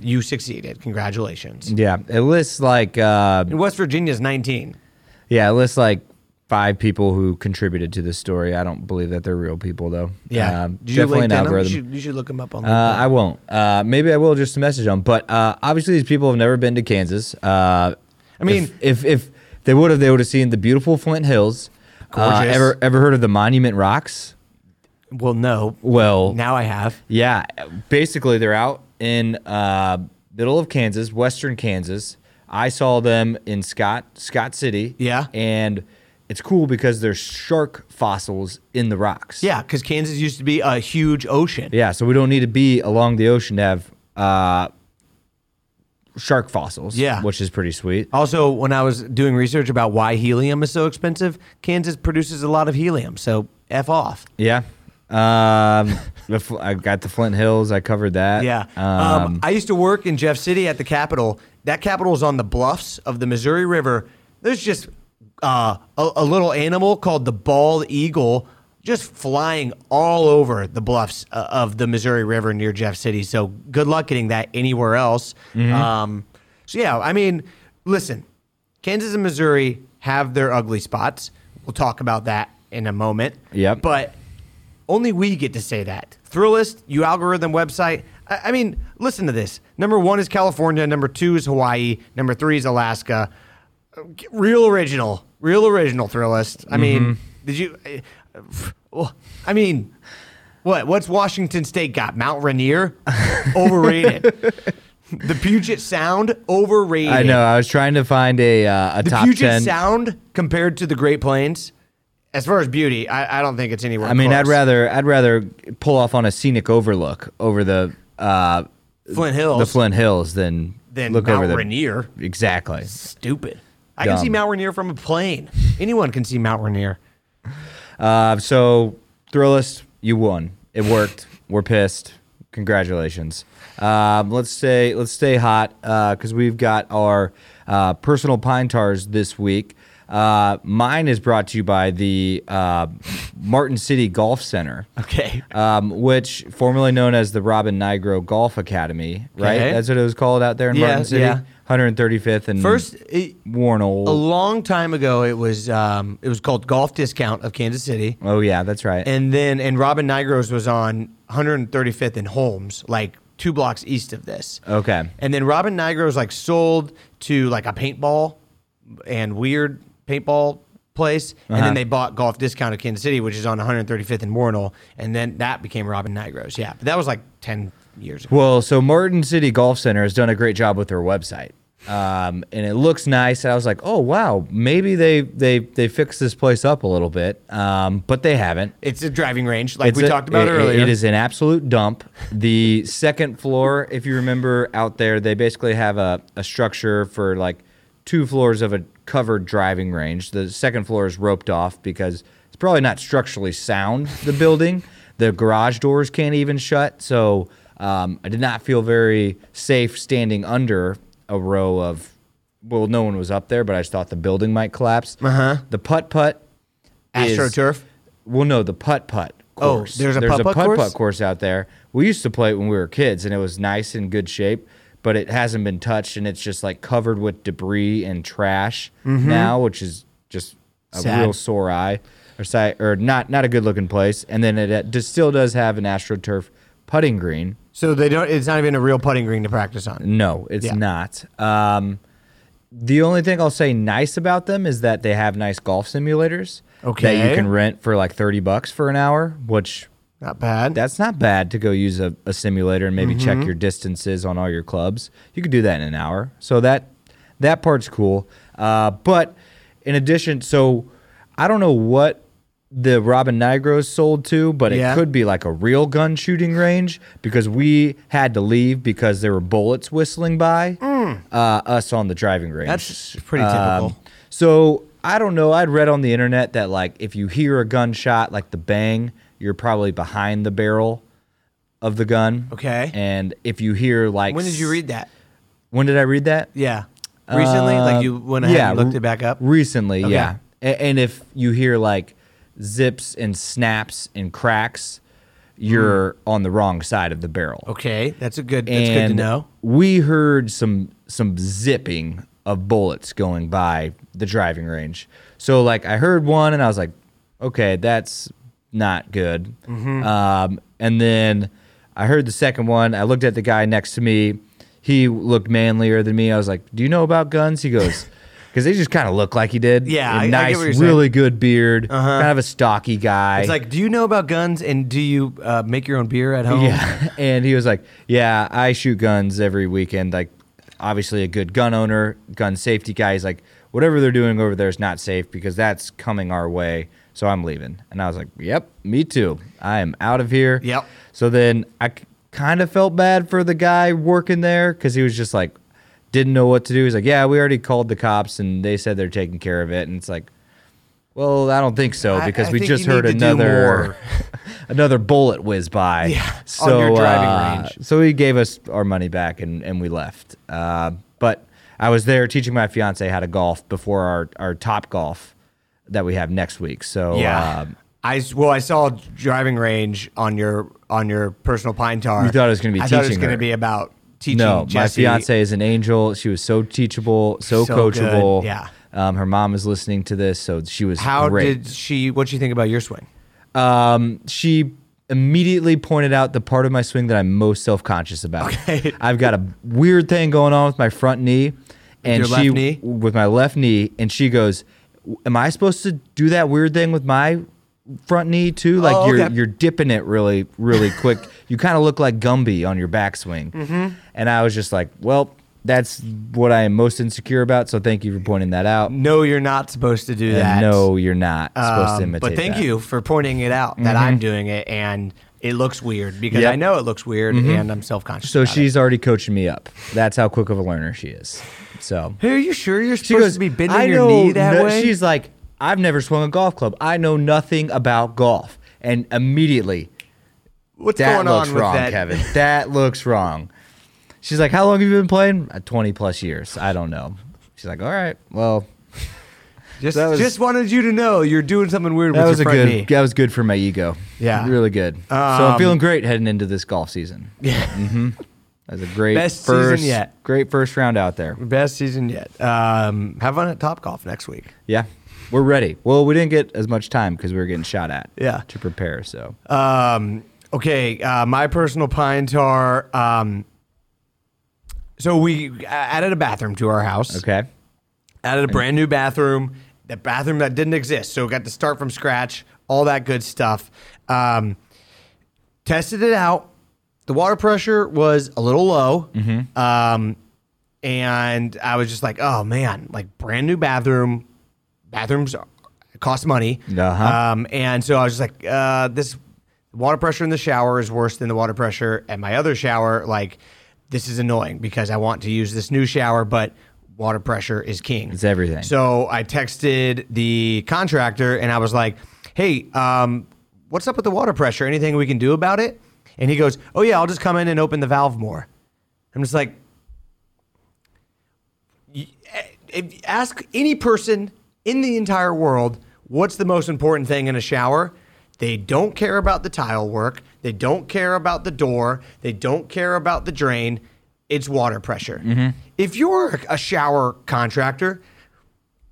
S2: you succeeded. Congratulations.
S1: Yeah, it lists like uh,
S2: And West Virginia's 19.
S1: yeah, it lists like five people who contributed to this story. I don't believe that they're real people though. Um,
S2: Did you
S1: definitely an
S2: LinkedIn 'em?
S1: algorithm.
S2: You should, you should look them up on
S1: Uh,
S2: LinkedIn.
S1: I won't. Uh, maybe I will just to message them. But uh, obviously, these people have never been to Kansas. Uh,
S2: I mean-
S1: if, if if they would have, they would have seen the beautiful Flint Hills. Uh,
S2: Gorgeous.
S1: ever ever heard of the Monument Rocks?
S2: well, no.
S1: Well,
S2: Now I have.
S1: yeah. Basically, they're out in uh, middle of Kansas, western Kansas. I saw them in Scott Scott City.
S2: Yeah.
S1: and it's cool because there's shark fossils in the rocks.
S2: Yeah, because Kansas used to be a huge ocean.
S1: Yeah, so we don't need to be along the ocean to have uh, shark fossils.
S2: Yeah.
S1: which is pretty sweet.
S2: Also, when I was doing research about why helium is so expensive, Kansas produces a lot of helium. So f off.
S1: Yeah, um, (laughs) the Fl- I got the Flint Hills. I covered that.
S2: Yeah. Um,
S1: um,
S2: I used to work in Jeff City at the Capitol. That Capitol is on the bluffs of the Missouri River. There's just uh, a, a little animal called the bald eagle just flying all over the bluffs uh, of the Missouri River near Jeff City. So good luck getting that anywhere else.
S1: Mm-hmm.
S2: Um, so, yeah, I mean, listen, Kansas and Missouri have their ugly spots. We'll talk about that in a moment.
S1: Yep.
S2: But only we get to say that. Thrillist, you algorithm website. I, I mean, listen to this. Number one is California. Number two is Hawaii. Number three is Alaska. Real original. Real original Thrillist. I mean,
S1: Mm-hmm.
S2: did you? I- well, I mean, what? What's Washington State got?
S1: (laughs)
S2: Mount Rainier, overrated. the Puget Sound, overrated.
S1: I know. I was trying to find a uh, a
S2: The
S1: top
S2: Puget
S1: ten.
S2: Sound compared to the Great Plains, as far as beauty, I, I don't think it's anywhere.
S1: I mean, I'd
S2: close.
S1: rather I'd rather pull off on a scenic overlook over the uh,
S2: Flint Hills
S1: the Flint Hills than
S2: than
S1: look
S2: Mount
S1: over the
S2: Rainier.
S1: Exactly.
S2: Stupid. I can
S1: Dumb.
S2: see Mount Rainier from a plane. Anyone can see Mount Rainier.
S1: Uh, so, Thrillist, you won. It worked. We're pissed. Congratulations. Um, let's stay. Let's stay hot because we've got our uh, personal pine tars this week. Uh, mine is brought to you by the uh, Martin City Golf Center,
S2: Okay.
S1: um, which formerly known as the Robin Nigro Golf Academy. Right,
S2: Okay.
S1: that's what it was called out there in
S2: Yeah,
S1: Martin City.
S2: yeah.
S1: 135th and
S2: First, it, a
S1: Warnell.
S2: long time ago, it was um, it was called Golf Discount of Kansas City,
S1: Oh yeah, that's right.
S2: and then and Robin Nigros was on 135th and Holmes, like two blocks east of this.
S1: okay.
S2: And then Robin Nigro's like sold to like a paintball and weird paintball place. And
S1: Uh-huh.
S2: then they bought Golf Discount of Kansas City, which is on 135th and Warnell. And then that became Robin Nigro's. Yeah. But that was like 10 years ago.
S1: Well, so Martin City Golf Center has done a great job with their website. Um, and it looks nice. I was like, oh wow, maybe they they they fixed this place up a little bit. Um, but they haven't.
S2: It's a driving range, like we
S1: It's a-
S2: talked about
S1: it- it-
S2: earlier.
S1: It is an absolute dump. The second floor, if you remember out there, they basically have a, a structure for like two floors of a covered driving range. The second floor is roped off because it's probably not structurally sound, the building. The garage doors can't even shut. So um, I did not feel very safe standing under a row of, well, no one was up there, but I just thought the building might collapse. Uh huh.
S2: Uh-huh.
S1: The putt putt is-
S2: AstroTurf.
S1: well, no, the putt putt
S2: Oh,
S1: course.
S2: there's a putt-putt
S1: putt-putt
S2: course?
S1: out there. We used to play it when we were kids, and it was nice and good shape, but it hasn't been touched, and it's just like covered with debris and trash now, which is just a
S2: Mm-hmm. Sad.
S1: real sore eye, or si- or not not a good looking place. And then it, it just still does have an astroturf putting green.
S2: So they don't, it's not even a real putting green to practice on.
S1: No, it's
S2: Yeah.
S1: not. Um, the only thing I'll say nice about them is that they have nice golf simulators that
S2: Okay.
S1: you can rent for like thirty bucks for an hour, which
S2: Not bad.
S1: that's not bad to go use a, a simulator and maybe
S2: Mm-hmm.
S1: check your distances on all your clubs. You could do that in an hour. So that that part's cool. Uh, but in addition, so I don't know what the Robin Nigro sold to, but
S2: Yeah.
S1: it could be like a real gun shooting range because we had to leave because there were bullets whistling by uh, us on the driving range.
S2: Mm. That's pretty
S1: Um,
S2: typical.
S1: so I don't know. I'd read on the internet that like if you hear a gunshot, like the bang, you're probably behind the barrel of the gun.
S2: Okay.
S1: And if you hear like
S2: When did you read that?
S1: When did I read that?
S2: Yeah. Recently?
S1: Uh,
S2: like you went ahead and looked
S1: re-
S2: it back up?
S1: Recently,
S2: Okay.
S1: yeah. A- And if you hear like zips and snaps and cracks,
S2: Mm.
S1: you're on the wrong side of the barrel.
S2: Okay, that's a good. That's good to
S1: And
S2: know.
S1: We heard some some zipping of bullets going by the driving range. So like I heard one and I was like, okay, that's not good.
S2: Mm-hmm.
S1: Um, and then I heard the second one. I looked at the guy next to me. He looked manlier than me. I was like, do you know about guns? He
S2: (laughs)
S1: goes. Because they just kind of look like he did.
S2: Yeah,
S1: A
S2: I- I get
S1: nice,
S2: what you're saying. Uh-huh.
S1: really good beard, kind of a stocky guy.
S2: It's like, do you know about guns and do you uh, make your own beer at home?
S1: Yeah. (laughs) And he was like, Yeah, I shoot guns every weekend. Like, obviously, a good gun owner, gun safety guy. He's like, Whatever they're doing over there is not safe because that's coming our way. So I'm leaving. And I was like, Yep, me too. I am out of here.
S2: Yep.
S1: So then I kind of felt bad for the guy working there because he was just like, didn't know what to do. He's like, Yeah, we already called the cops and they said they're taking care of it. And it's like, well, I don't think so
S2: I-
S1: because
S2: I
S1: we
S2: think
S1: just
S2: you need
S1: heard
S2: to do
S1: another
S2: more.
S1: (laughs) another bullet whiz by.
S2: Yeah,
S1: so,
S2: on your driving
S1: uh,
S2: range.
S1: So he gave us our money back and, and we left. Uh, but I was there teaching my fiance how to golf before our, our top golf that we have next week. So
S2: Yeah.
S1: um,
S2: I s- well, I saw driving range on your on your personal pine tar.
S1: You thought it was gonna be
S2: I thought it was
S1: teaching
S2: going
S1: her.
S2: to be about teaching.
S1: no,
S2: Jesse.
S1: my fiance is an angel. She was so teachable, so,
S2: So good,
S1: coachable.
S2: yeah.
S1: Um, her mom is listening to this, so she was
S2: How
S1: great.
S2: did she? What would you think about your swing?
S1: um, she immediately pointed out the part of my swing that I'm most self conscious about.
S2: Okay.
S1: (laughs) I've got a weird thing going on with my front knee, and
S2: your
S1: she
S2: left knee?
S1: with my left knee, and she goes, "Am I supposed to do that weird thing with my?" Front knee too, like
S2: Oh,
S1: you're
S2: okay.
S1: you're dipping it really
S2: (laughs)
S1: really quick. you kind of look like Gumby on your backswing,
S2: Mm-hmm.
S1: and I was just like, well, that's what I am most insecure about. So thank you for pointing that out.
S2: No, you're not supposed to do that.
S1: And no, you're not supposed to
S2: Um,
S1: imitate.
S2: But thank
S1: that. Mm-hmm.
S2: you for pointing it out that I'm doing it and it looks weird because
S1: Yep. Mm-hmm.
S2: I know it looks weird and I'm self conscious.
S1: So she's already coaching me up. That's how quick of a learner she is. So
S2: Hey, are you sure you're supposed
S1: she goes,
S2: to be bending
S1: I
S2: your
S1: know
S2: knee that
S1: no-
S2: way?
S1: She's like, I've never swung a golf club. I know nothing about golf. And immediately,
S2: What's
S1: that
S2: going
S1: looks
S2: on with
S1: wrong,
S2: that?
S1: Kevin. That looks wrong. She's like, How long have you been playing? "Uh, 20 plus years. I don't know. She's like, All right, well,
S2: Just,
S1: That was-
S2: just wanted you to know you're doing something weird
S1: that
S2: with
S1: was a
S2: your
S1: good.
S2: front knee.
S1: That was good for my ego.
S2: Yeah.
S1: really good. so I'm
S2: Um,
S1: feeling great heading into this golf season. Yeah, mm-hmm. that was a great
S2: Best season
S1: first,
S2: yet.
S1: great first round out there.
S2: Best season yet. Um, have fun at Top Golf next week.
S1: Yeah, we're ready. Well, we didn't get as much time because we were getting shot at.
S2: Yeah.
S1: to prepare. So
S2: Um, okay, uh, my personal pine tar. Um, so we uh, added a bathroom to our house.
S1: okay,
S2: added a brand new bathroom, the bathroom that didn't exist. So got to start from scratch, all that good stuff. Um, tested it out. The water pressure was a little low. Um, and I was just like, oh man, like brand new bathroom. Bathrooms are- cost money.
S1: Uh-huh.
S2: Um, and so I was just like, uh, this water pressure in the shower is worse than the water pressure at my other shower. Like, this is annoying because I want to use this new shower, but water pressure is king.
S1: It's everything.
S2: So I texted the contractor and I was like, hey, um, what's up with the water pressure? Anything we can do about it? And he goes, oh, yeah, I'll just come in and open the valve more. I'm just like, if- ask any person in the entire world what's the most important thing in a shower. They don't care about the tile work. They don't care about the door. They don't care about the drain. It's water pressure.
S1: Mm-hmm.
S2: If you're a shower contractor,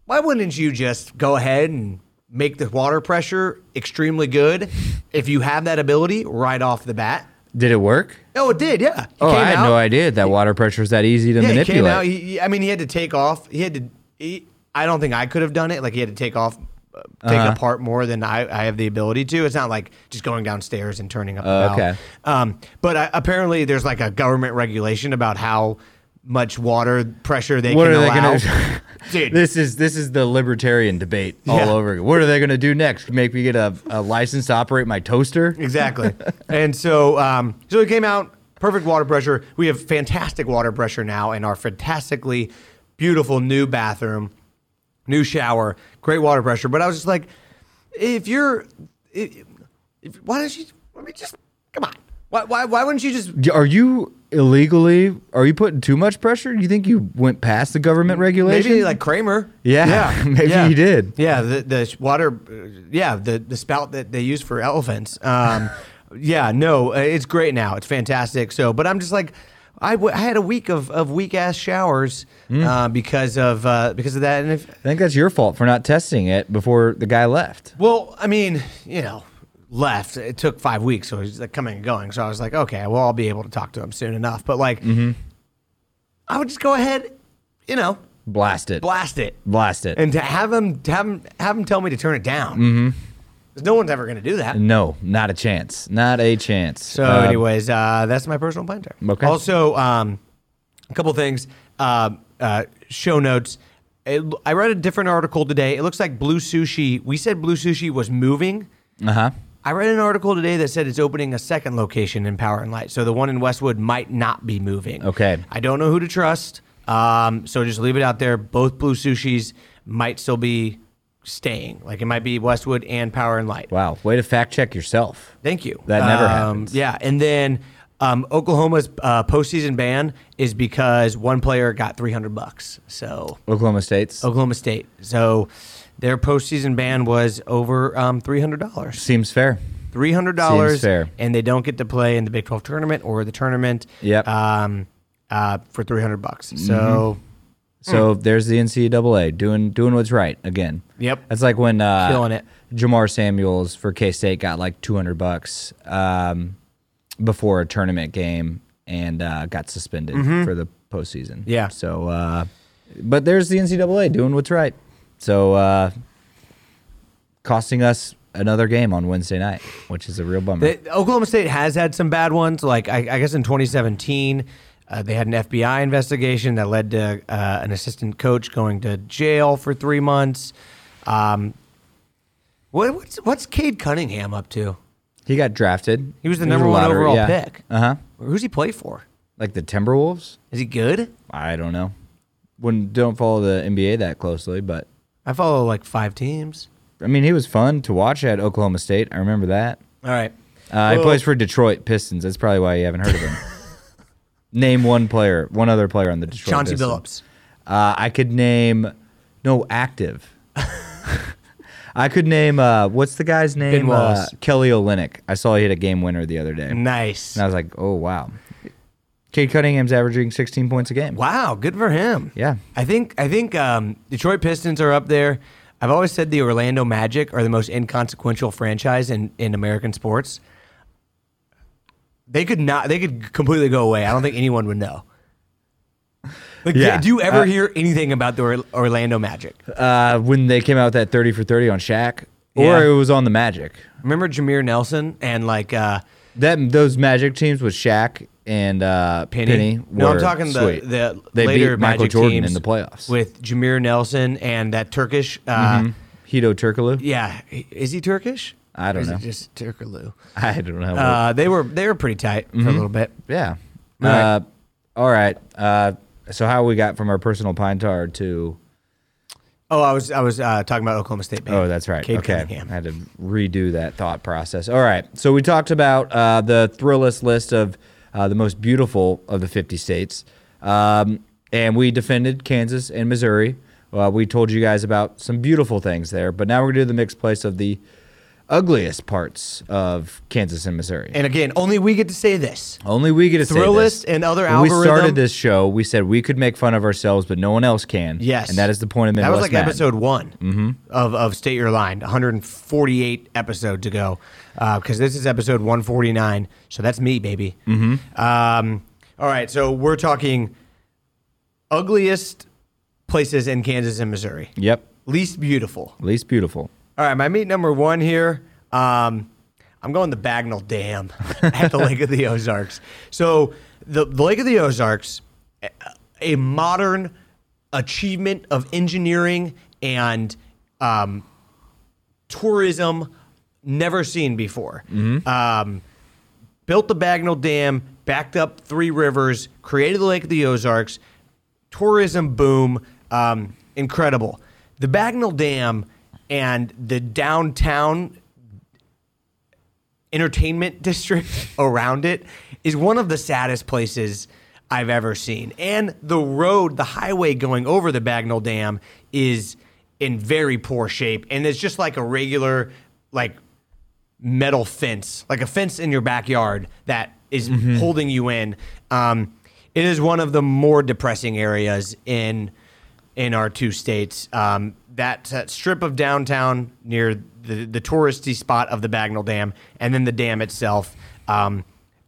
S2: why wouldn't you just go ahead and make the water pressure extremely good if you have that ability right off the bat?
S1: did it work?
S2: Oh, it did, yeah. He
S1: Oh,
S2: came
S1: I had
S2: out-
S1: no idea that water pressure was that easy to
S2: yeah, he
S1: manipulate.
S2: came out. He, he- I mean, he had to take off. He had to. He, I don't think I could have done it. Like he had to take off, uh, take
S1: Uh-huh.
S2: apart more than I, I have the ability to. It's not like just going downstairs and turning up. the valve.
S1: Oh, okay.
S2: Um, but I, apparently, there's like a government regulation about how much water pressure they
S1: what
S2: can
S1: are they
S2: allow.
S1: going to? (laughs)
S2: to Dude,
S1: This is this is the libertarian debate all
S2: Yeah.
S1: over. again. What are they going to do next? Make me get a, a license to operate my toaster?
S2: Exactly. and so, um, so it came out perfect water pressure. We have fantastic water pressure now in our fantastically beautiful new bathroom, new shower, great water pressure. But I was just like, if you're, if, if, why don't you? I mean, just come on. Why, why, why wouldn't you just?
S1: D- Are you illegally? Are you putting too much pressure? You think you went past the government regulation?
S2: Maybe like Kramer.
S1: Yeah, (laughs) maybe
S2: yeah.
S1: he did. (laughs)
S2: Yeah, the the sh- water, uh, yeah, the the spout that they use for elephants. Um, Yeah, no, uh, it's great now. It's fantastic. So, but I'm just like, I, w- I had a week of, of weak ass showers
S1: Mm.
S2: uh, because of uh, because of that. And if
S1: I think that's your fault for not testing it before the guy left.
S2: well, I mean, you know, left. It took five weeks, so he's like coming and going. So I was like, okay, well, I'll be able to talk to him soon enough. But like,
S1: Mm-hmm.
S2: I would just go ahead, you know,
S1: Blast it.
S2: blast it,
S1: Blast it.
S2: and to have him to have him have him tell me to turn it down. Mm-hmm. No one's ever going to do that.
S1: no, not a chance. Not a chance.
S2: So,
S1: Uh,
S2: anyways, uh, that's my personal plan tire.
S1: Okay.
S2: Also, um, a couple things. Um uh, show notes. It, I read a different article today. It looks like Blue Sushi. We said Blue Sushi was moving.
S1: uh-huh.
S2: I read an article today that said it's opening a second location in Power and Light. So the one in Westwood might not be moving.
S1: Okay.
S2: I don't know who to trust. Um, so just leave it out there. Both Blue Sushis might still be staying. Like it might be Westwood and Power and Light.
S1: Wow. Way to fact check yourself.
S2: Thank you.
S1: That never
S2: Um,
S1: happens.
S2: Yeah, and then um, Oklahoma's uh, postseason ban is because one player got three hundred bucks. So
S1: Oklahoma State's
S2: Oklahoma State. So their postseason ban was over um, three hundred dollars.
S1: seems fair.
S2: Three hundred dollars,
S1: Seems fair.
S2: and they don't get to play in the Big Twelve tournament or the tournament.
S1: Yep. Mm-hmm.
S2: Um, uh, for three hundred bucks. So
S1: So there's the NCAA doing doing what's right again.
S2: Hmm. Yep.
S1: That's like when uh,
S2: Killing it.
S1: Jamar Samuels for K State got like 200 bucks um, before a tournament game and uh, got suspended for the postseason.
S2: Mm-hmm. Yeah.
S1: So, uh, but there's the NCAA doing what's right. So, uh, costing us another game on Wednesday night, which is a real bummer.
S2: They- Oklahoma State has had some bad ones. Like I, I guess in 2017, uh, they had an FBI investigation that led to uh, an assistant coach going to jail for three months. Um, what, what's what's Cade Cunningham up to?
S1: he got drafted.
S2: He was the
S1: It
S2: number
S1: a
S2: one
S1: lottery,
S2: overall
S1: yeah.
S2: pick.
S1: Uh huh.
S2: Who's he play for?
S1: Like the Timberwolves.
S2: Is he good?
S1: I don't know. Wouldn't don't follow the NBA that closely, but
S2: I follow like five teams.
S1: I mean, he was fun to watch at Oklahoma State. I remember that.
S2: All right.
S1: Uh, he
S2: Well-
S1: plays for Detroit Pistons. That's probably why you haven't heard of
S2: (laughs)
S1: him. name one player, one other player on the Detroit.
S2: Chauncey
S1: Pistons.
S2: Billups.
S1: Uh, I could name no
S2: (laughs)
S1: active. I could name uh, what's the guy's name?
S2: Wallace. Mm.
S1: Uh, Kelly Olynyk. I saw he hit a game winner the other day, and
S2: Nice.
S1: I was like, oh wow. Cade Cunningham's averaging 16 points a game.
S2: Wow, good for him.
S1: Yeah.
S2: I think I think um, Detroit Pistons are up there. I've always said the Orlando Magic are the most inconsequential franchise in, in American sports. They could not. They could completely go away. I don't think anyone would know. Like,
S1: Yeah.
S2: Do you ever
S1: Uh,
S2: hear anything about the Or- Orlando Magic?
S1: Uh, when they came out with that 30 for 30 on Shaq, or
S2: Yeah.
S1: it was on the Magic.
S2: Remember Jameer Nelson and like uh,
S1: That those Magic teams with Shaq and uh,
S2: Penny.
S1: Penny.
S2: no, I'm
S1: were
S2: talking
S1: sweet.
S2: the the
S1: they
S2: later
S1: beat Michael
S2: Magic
S1: Jordan
S2: teams
S1: in the playoffs.
S2: with Jameer Nelson and that Turkish. Uh,
S1: Mm-hmm. Hito Turkoglu.
S2: Yeah, is he Turkish?
S1: I don't
S2: Or is
S1: know.
S2: It just Turkaloo.
S1: (laughs)
S2: Mm-hmm.
S1: I don't know.
S2: Uh, they were they were pretty tight for a little bit.
S1: yeah.
S2: all right.
S1: Uh, all right. Uh, so how we got from our personal pine tar to
S2: Oh, I was I was uh, talking about Oklahoma State. Band.
S1: oh that's right
S2: Cade
S1: okay
S2: Cunningham.
S1: I had to redo that thought process. All right. So we talked about uh, the thrillist list of uh, the most beautiful of the 50 states, um, and we defended Kansas and Missouri. Uh, we told you guys about some beautiful things there, but now we're gonna do the mixed place of the ugliest parts of Kansas and Missouri.
S2: And again, only we get to say this.
S1: Only we get to say
S2: Thrillist
S1: this.
S2: and other
S1: When We
S2: algorithm-
S1: started this show. We said we could make fun of ourselves, but no one else can.
S2: Yes,
S1: and that is the point of
S2: That Mm-hmm. was
S1: Midwest
S2: like
S1: Madden.
S2: episode one of of State Your Line. 148 episodes ago, because this is episode 149. So that's me, baby. Mm-hmm. Um, all right, so we're talking ugliest places in Kansas and Missouri,
S1: Yep,
S2: least beautiful.
S1: least beautiful.
S2: All right, my meat number one here. Um, I'm going the Bagnall Dam (laughs) at the Lake of the Ozarks. So the, the Lake of the Ozarks, a- a modern achievement of engineering and um, tourism never seen before. Um, built the Bagnall Dam, backed up three rivers, created the Lake of the Ozarks, tourism boom, um, incredible. The Bagnall Dam and the downtown entertainment (laughs) district around it is one of the saddest places I've ever seen. And the road, the highway going over the Bagnall Dam is in very poor shape. And it's just like a regular, like, metal fence, like a fence in your backyard that is holding you in. Um, it is one of the more depressing areas in in our two states. Um, that, that strip of downtown near the the touristy spot of the Bagnell Dam, and then the dam itself, um,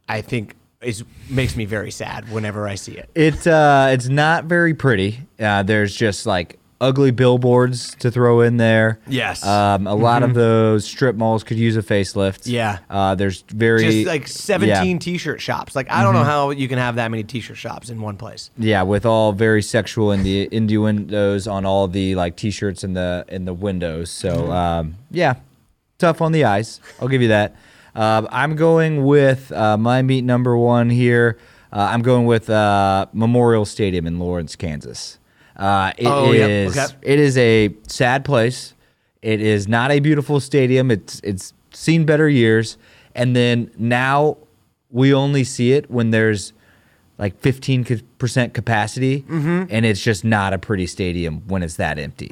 S2: I think is makes me very sad whenever I see it.
S1: It's uh, it's not very pretty. Uh, there's just like ugly billboards to throw in there.
S2: Yes. Mm-hmm.
S1: Um, a lot of those strip malls could use a facelift.
S2: Yeah.
S1: Uh, there's very
S2: Just like
S1: yeah.
S2: seventeen t-shirt shops. Like I don't know how you can have that many t-shirt shops in one place.
S1: Yeah, with all very sexual in the innuendos on all the like t-shirts in the in the windows.
S2: Mm-hmm.
S1: So um, yeah, tough on the eyes. I'll give you that. Um, I'm going with uh, my meat number one here. Uh, I'm going with uh, Memorial Stadium in Lawrence, Kansas. Uh, it
S2: Oh, yep,
S1: is-
S2: okay.
S1: it is a sad place. It is not a beautiful stadium. It's it's seen better years, and then now we only see it when there's like 15% capacity and it's just not a pretty stadium when it's that empty.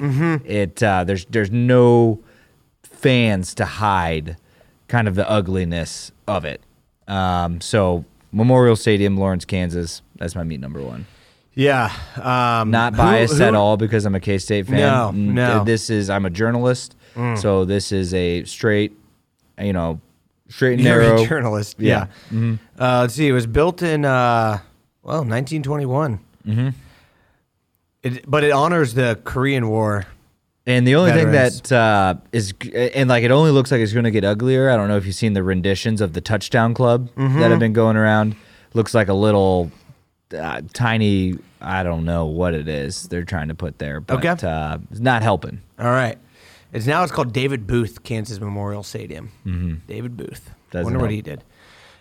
S1: It uh, there's there's no fans to hide kind of the ugliness of it. Um, so Memorial Stadium, Lawrence, Kansas, that's my meat number 1
S2: Yeah. Um,
S1: not
S2: who-
S1: biased
S2: who-
S1: at all because I'm a K State fan.
S2: No,
S1: Mm,
S2: no. Mm.
S1: th- This is I'm a journalist, so this is a straight, you know, straight and
S2: You're
S1: narrow.
S2: a (laughs) journalist.
S1: Yeah.
S2: Yeah. Uh, let's see. It was built in uh, well 1921. Mm-hmm. It, but it honors the Korean War.
S1: And the only
S2: Veterans.
S1: thing that uh, is, g- and like it only looks like it's going to get uglier. I don't know if you've seen the renditions of the Touchdown Club
S2: Mm-hmm.
S1: that have been going around. Looks like a little uh, tiny. I don't know what it is they're trying to put there, but
S2: Okay.
S1: uh, it's not helping.
S2: All right. It's now it's called David Booth Kansas Memorial Stadium. David Booth.
S1: Mm-hmm. Doesn't
S2: Wonder
S1: help.
S2: what he did.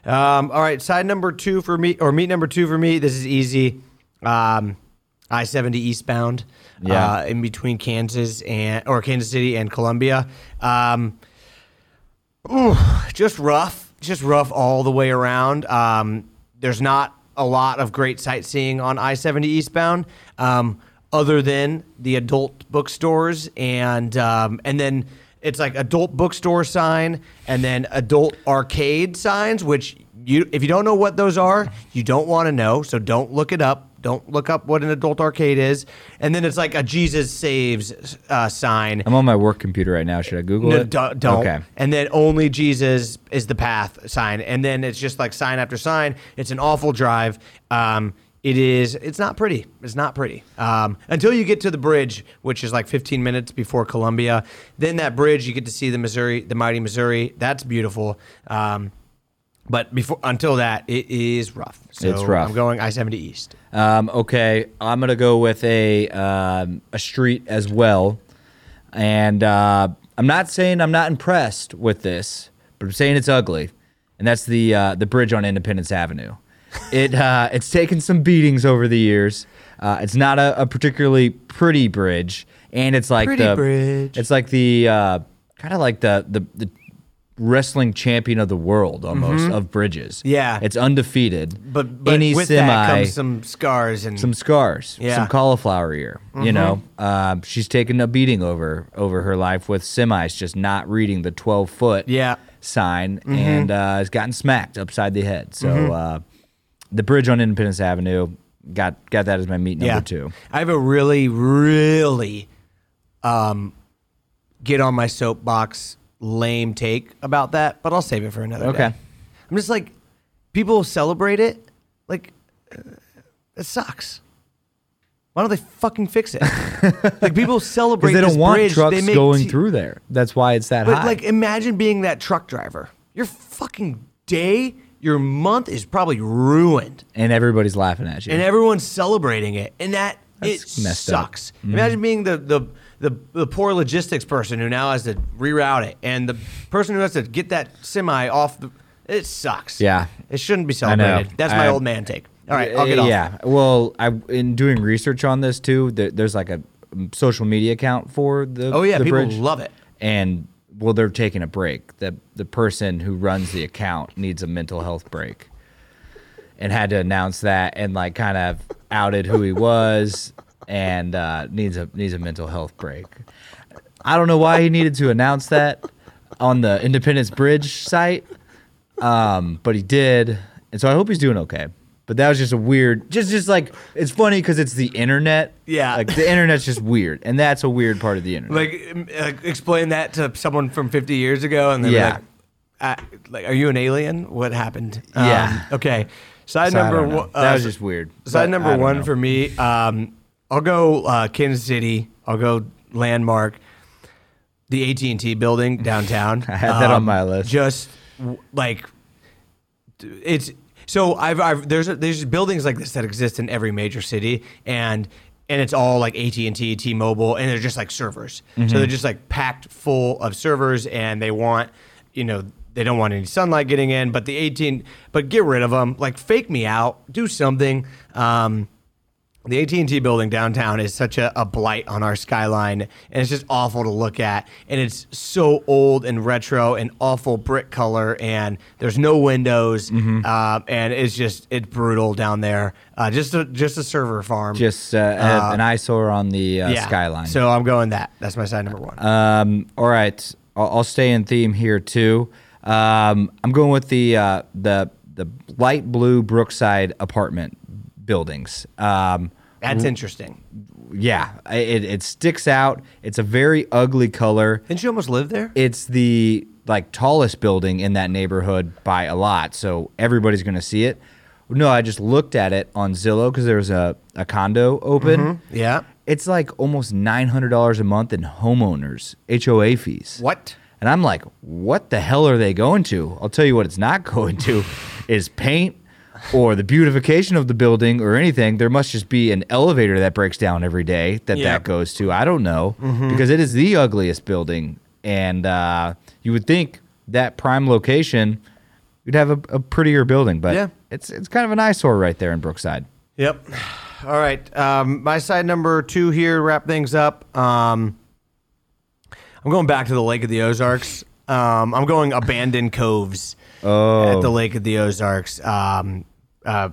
S2: Um, all right. Side number two for me, or meet number two for me. This is easy. Um, I seventy eastbound.
S1: Yeah.
S2: Uh, in between Kansas and or Kansas City and Columbia. Um, just rough, just rough all the way around. Um, there's not a lot of great sightseeing on I 70 eastbound, um, other than the adult bookstores and um, and then it's like adult bookstore sign and then adult arcade signs, which you if you don't know what those are, you don't want to know, so don't look it up. Don't look up what an adult arcade is. And then it's like a Jesus saves uh, sign.
S1: I'm on my work computer right now. Should I Google
S2: No,
S1: it?
S2: don't. don't.
S1: Okay.
S2: And then only Jesus is the path sign, and then it's just like sign after sign. It's an awful drive. Um, it is. It's not pretty. It's not pretty. Um, until you get to the bridge, which is like 15 minutes before Columbia. Then that bridge, you get to see the Missouri, the mighty Missouri. That's beautiful. Um, but before until that, it is rough. So
S1: It's rough.
S2: I'm going I-70 East.
S1: Um, okay, I'm gonna go with a um, a street as well, and uh, I'm not saying I'm not impressed with this, but I'm saying it's ugly, and that's the uh, the bridge on Independence Avenue. It uh, it's taken some beatings over the years. Uh, it's not a, a particularly pretty bridge, and it's like
S2: Pretty
S1: the
S2: bridge.
S1: It's like the uh, kind of like the, the the wrestling champion of the world almost of bridges.
S2: Mm-hmm. Yeah.
S1: it's undefeated.
S2: But, but
S1: any
S2: with
S1: semi
S2: that comes some scars and
S1: some scars,
S2: Yeah. Mm-hmm.
S1: some cauliflower ear. You know, Um, she's taken a beating over over her life with semis just not reading the twelve foot
S2: Yeah. Mm-hmm.
S1: sign, and uh, has gotten smacked upside the head. So uh, the bridge on Independence Avenue got got that as my meat number two.
S2: I have a really, really um, get on my soapbox lame take about that, but I'll save it for another
S1: Okay.
S2: day. I'm just like, people celebrate it. Like, uh, it sucks. Why don't they fucking
S1: (laughs)
S2: fix it? like, people celebrate
S1: Because they don't
S2: this
S1: want
S2: bridge,
S1: trucks
S2: they make
S1: going
S2: t-
S1: through there. That's why it's that
S2: but
S1: high.
S2: like, imagine being that truck driver. Your fucking day, your month is probably ruined
S1: and everybody's laughing at you.
S2: and everyone's celebrating it, and that
S1: That's
S2: it
S1: messed up. Mm-hmm.
S2: sucks. Imagine being the, the the the poor logistics person who now has to reroute it, and the person who has to get that semi off. the It sucks.
S1: Yeah.
S2: it shouldn't be
S1: know.
S2: celebrated. That's my
S1: I-
S2: old man take. All right, I'll get off.
S1: Uh, Yeah. Well, I in doing research on this too. There, there's like a um, social media account for the
S2: Oh yeah,
S1: the
S2: people
S1: bridge.
S2: love it.
S1: and well they're taking a break the the person who runs the account needs a mental health break and had to announce that and like kind of outed who he was and uh, needs a needs a mental health break i don't know why he needed to announce that on the Independence Bridge site, um, but he did, and so I hope he's doing okay. But that was just a weird, just just like it's funny because it's the internet.
S2: Yeah.
S1: like the internet's just weird, and that's a weird part of the internet.
S2: Like, m- like explain that to someone from 50 years ago, and they're
S1: Yeah.
S2: like, I, like, "Are you an alien? What happened?"
S1: Yeah.
S2: Um, okay. Side
S1: So I
S2: number
S1: don't know.
S2: one. uh,
S1: That was just weird,
S2: Side
S1: but I
S2: number
S1: don't
S2: one
S1: know.
S2: for me. Um, I'll go uh, Kansas City. I'll go landmark. The AT and
S1: (laughs)
S2: T building downtown. I
S1: had that on my list.
S2: Just w- like it's so I've, I've there's there's buildings like this that exist in every major city and and it's all like AT&T, T-Mobile and they're just like servers. So
S1: Mm-hmm.
S2: they're just like packed full of servers and they want you know they don't want any sunlight getting in but the 18 but get rid of them like fake me out, do something um the AT&T building downtown is such a, a blight on our skyline and it's just awful to look at and it's so old and retro and awful brick color and there's no windows
S1: Mm-hmm.
S2: uh, and it's just it's brutal down there uh, just a just a server farm
S1: just uh, a- an eyesore on the uh, skyline.
S2: so I'm going that that's my side number one
S1: Um, all right, I'll, I'll stay in theme here too. Um, I'm going with the uh, the the light blue Brookside apartment buildings. Um,
S2: that's interesting
S1: yeah, it, it sticks out. It's a very ugly color.
S2: didn't you almost live there
S1: It's the like tallest building in that neighborhood by a lot, so everybody's gonna see it. No, I just looked at it on Zillow because there was a, a condo open.
S2: Mm-hmm. yeah
S1: It's like almost nine hundred dollars a month in homeowners HOA fees.
S2: what
S1: And I'm like, what the hell are they going to? I'll tell you what it's not (laughs) going to is paint or the beautification of the building or anything. There must just be an elevator that breaks down every day that
S2: Yeah. Mm-hmm.
S1: that goes to. I don't know because it is the ugliest building. And uh, you would think that prime location, you'd have a, a prettier building, but
S2: Yeah.
S1: it's it's kind of an eyesore right there in Brookside.
S2: Yep. All right. Um, my side number two here, wrap things up. Um, I'm going back to the Lake of the Ozarks. Um, I'm going abandoned coves at the Lake of the Ozarks, um, uh,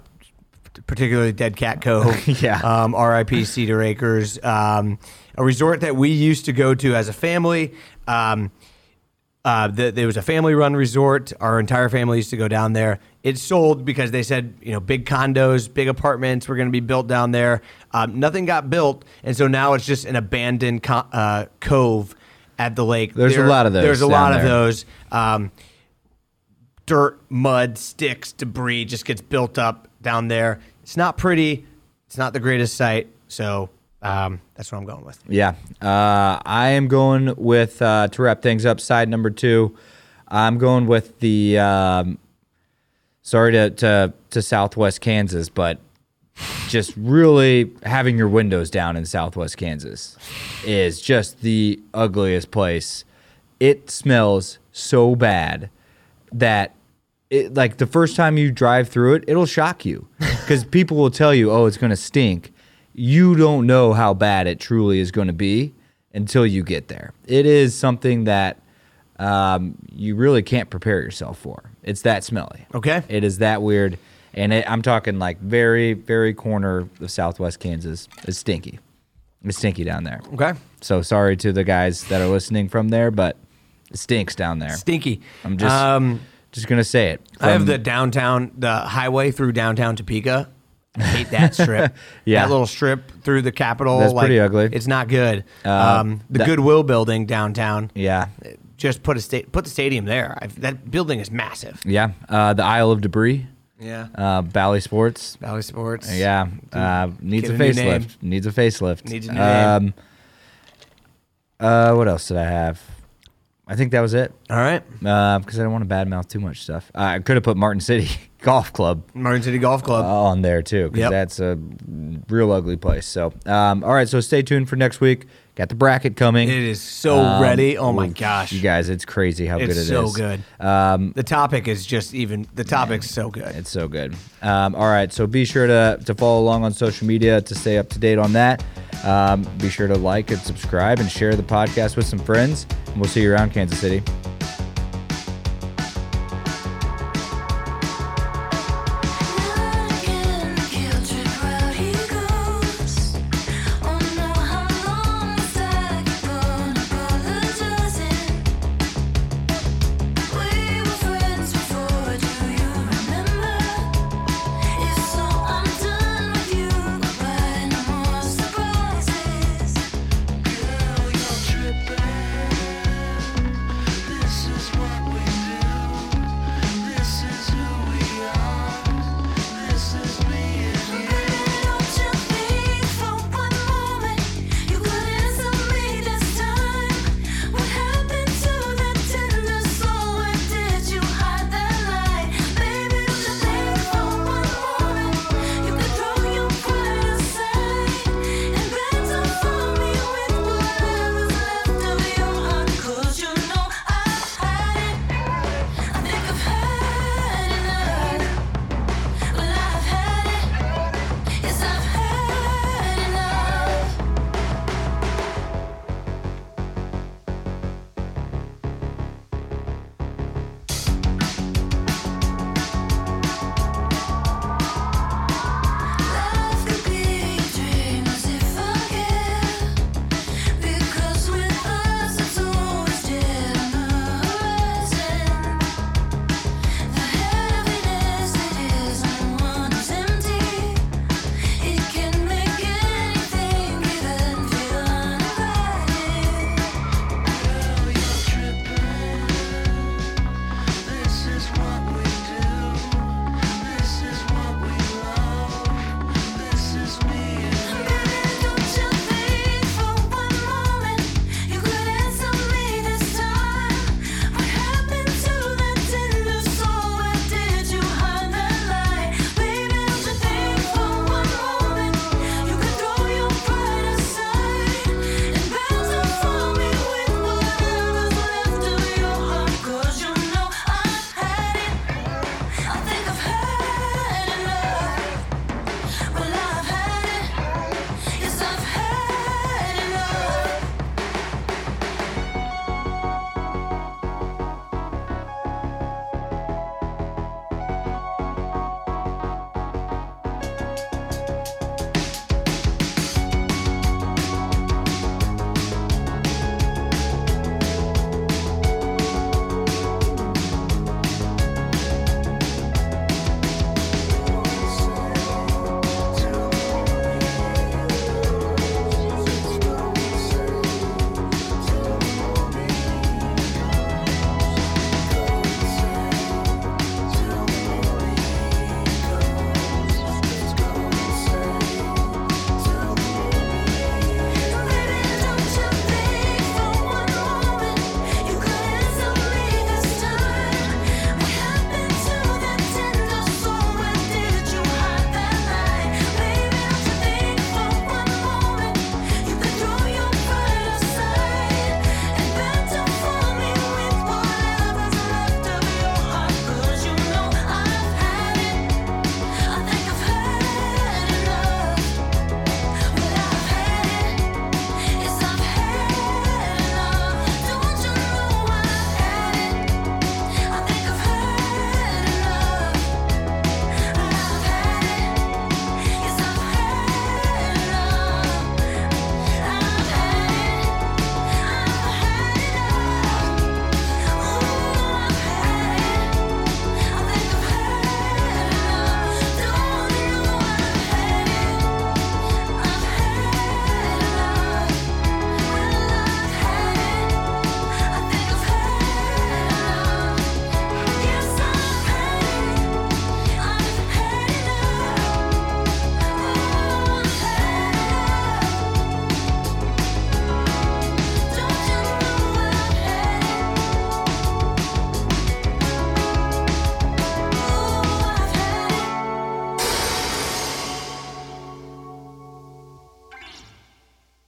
S2: particularly Dead Cat Cove.
S1: Yeah.
S2: Um, RIP Cedar Acres, um, a resort that we used to go to as a family. Um, uh, the, there was a family run resort. Our entire family used to go down there. It sold because they said, you know, big condos, big apartments were going to be built down there. Um, nothing got built. And so now it's just an abandoned co- uh, cove at the lake.
S1: There's a lot of those
S2: There's a
S1: down
S2: lot of
S1: there.
S2: those. Um, dirt, mud, sticks, debris just gets built up down there. It's not pretty. It's not the greatest sight. So um, that's what I'm going with.
S1: Yeah. Uh, I am going with, uh, to wrap things up, side number two, I'm going with the, um, sorry to, to, to Southwest Kansas, but just really having your windows down in Southwest Kansas is just the ugliest place. It smells so bad that it like the first time you drive through it, it'll shock
S2: (laughs)
S1: you because people will tell you, "Oh, it's going to stink." You don't know how bad it truly is going to be until you get there. It is something that um, you really can't prepare yourself for. It's that smelly.
S2: Okay.
S1: It is that weird. And it, I'm talking like very, very corner of Southwest Kansas. It's stinky. It's stinky down there.
S2: Okay.
S1: So sorry to the guys that are listening from there, but it stinks down there.
S2: Stinky.
S1: I'm just
S2: Um,
S1: just gonna say it.
S2: I have
S1: From-
S2: the downtown, the highway through downtown Topeka. I hate that strip.
S1: (laughs) Yeah.
S2: that little strip through the Capitol.
S1: That's pretty ugly. Uh,
S2: It's not good. um, the
S1: that-
S2: Goodwill Building downtown.
S1: yeah,
S2: Just put a state, put the stadium there. I've, that building is massive.
S1: yeah. Uh, the Isle of Debris,
S2: Yeah.
S1: uh, Bally Sports.
S2: Valley Sports.
S1: Yeah, uh, needs a
S2: get a new name.
S1: facelift. Needs a facelift.
S2: Needs a new name.
S1: Um, uh, what else did I have? I think that was it.
S2: All right.
S1: because I don't want to badmouth too much stuff. I could have put Martin City (laughs) Golf Club
S2: Martin City Golf Club.
S1: uh, on there too, because
S2: Yep.
S1: that's a real ugly place. So, um, all right, so stay tuned for next week. Got the bracket coming.
S2: it is so ready. Oh my
S1: um, oof,
S2: gosh.
S1: you guys, it's crazy how good it
S2: it's
S1: is.
S2: so good. Um, the topic is just even. The topic's so good.
S1: It's so good. Um, all right, so be sure to, to follow along on social media to stay up to date on that. Um, be sure to like and subscribe and share the podcast with some friends. And we'll see you around Kansas City.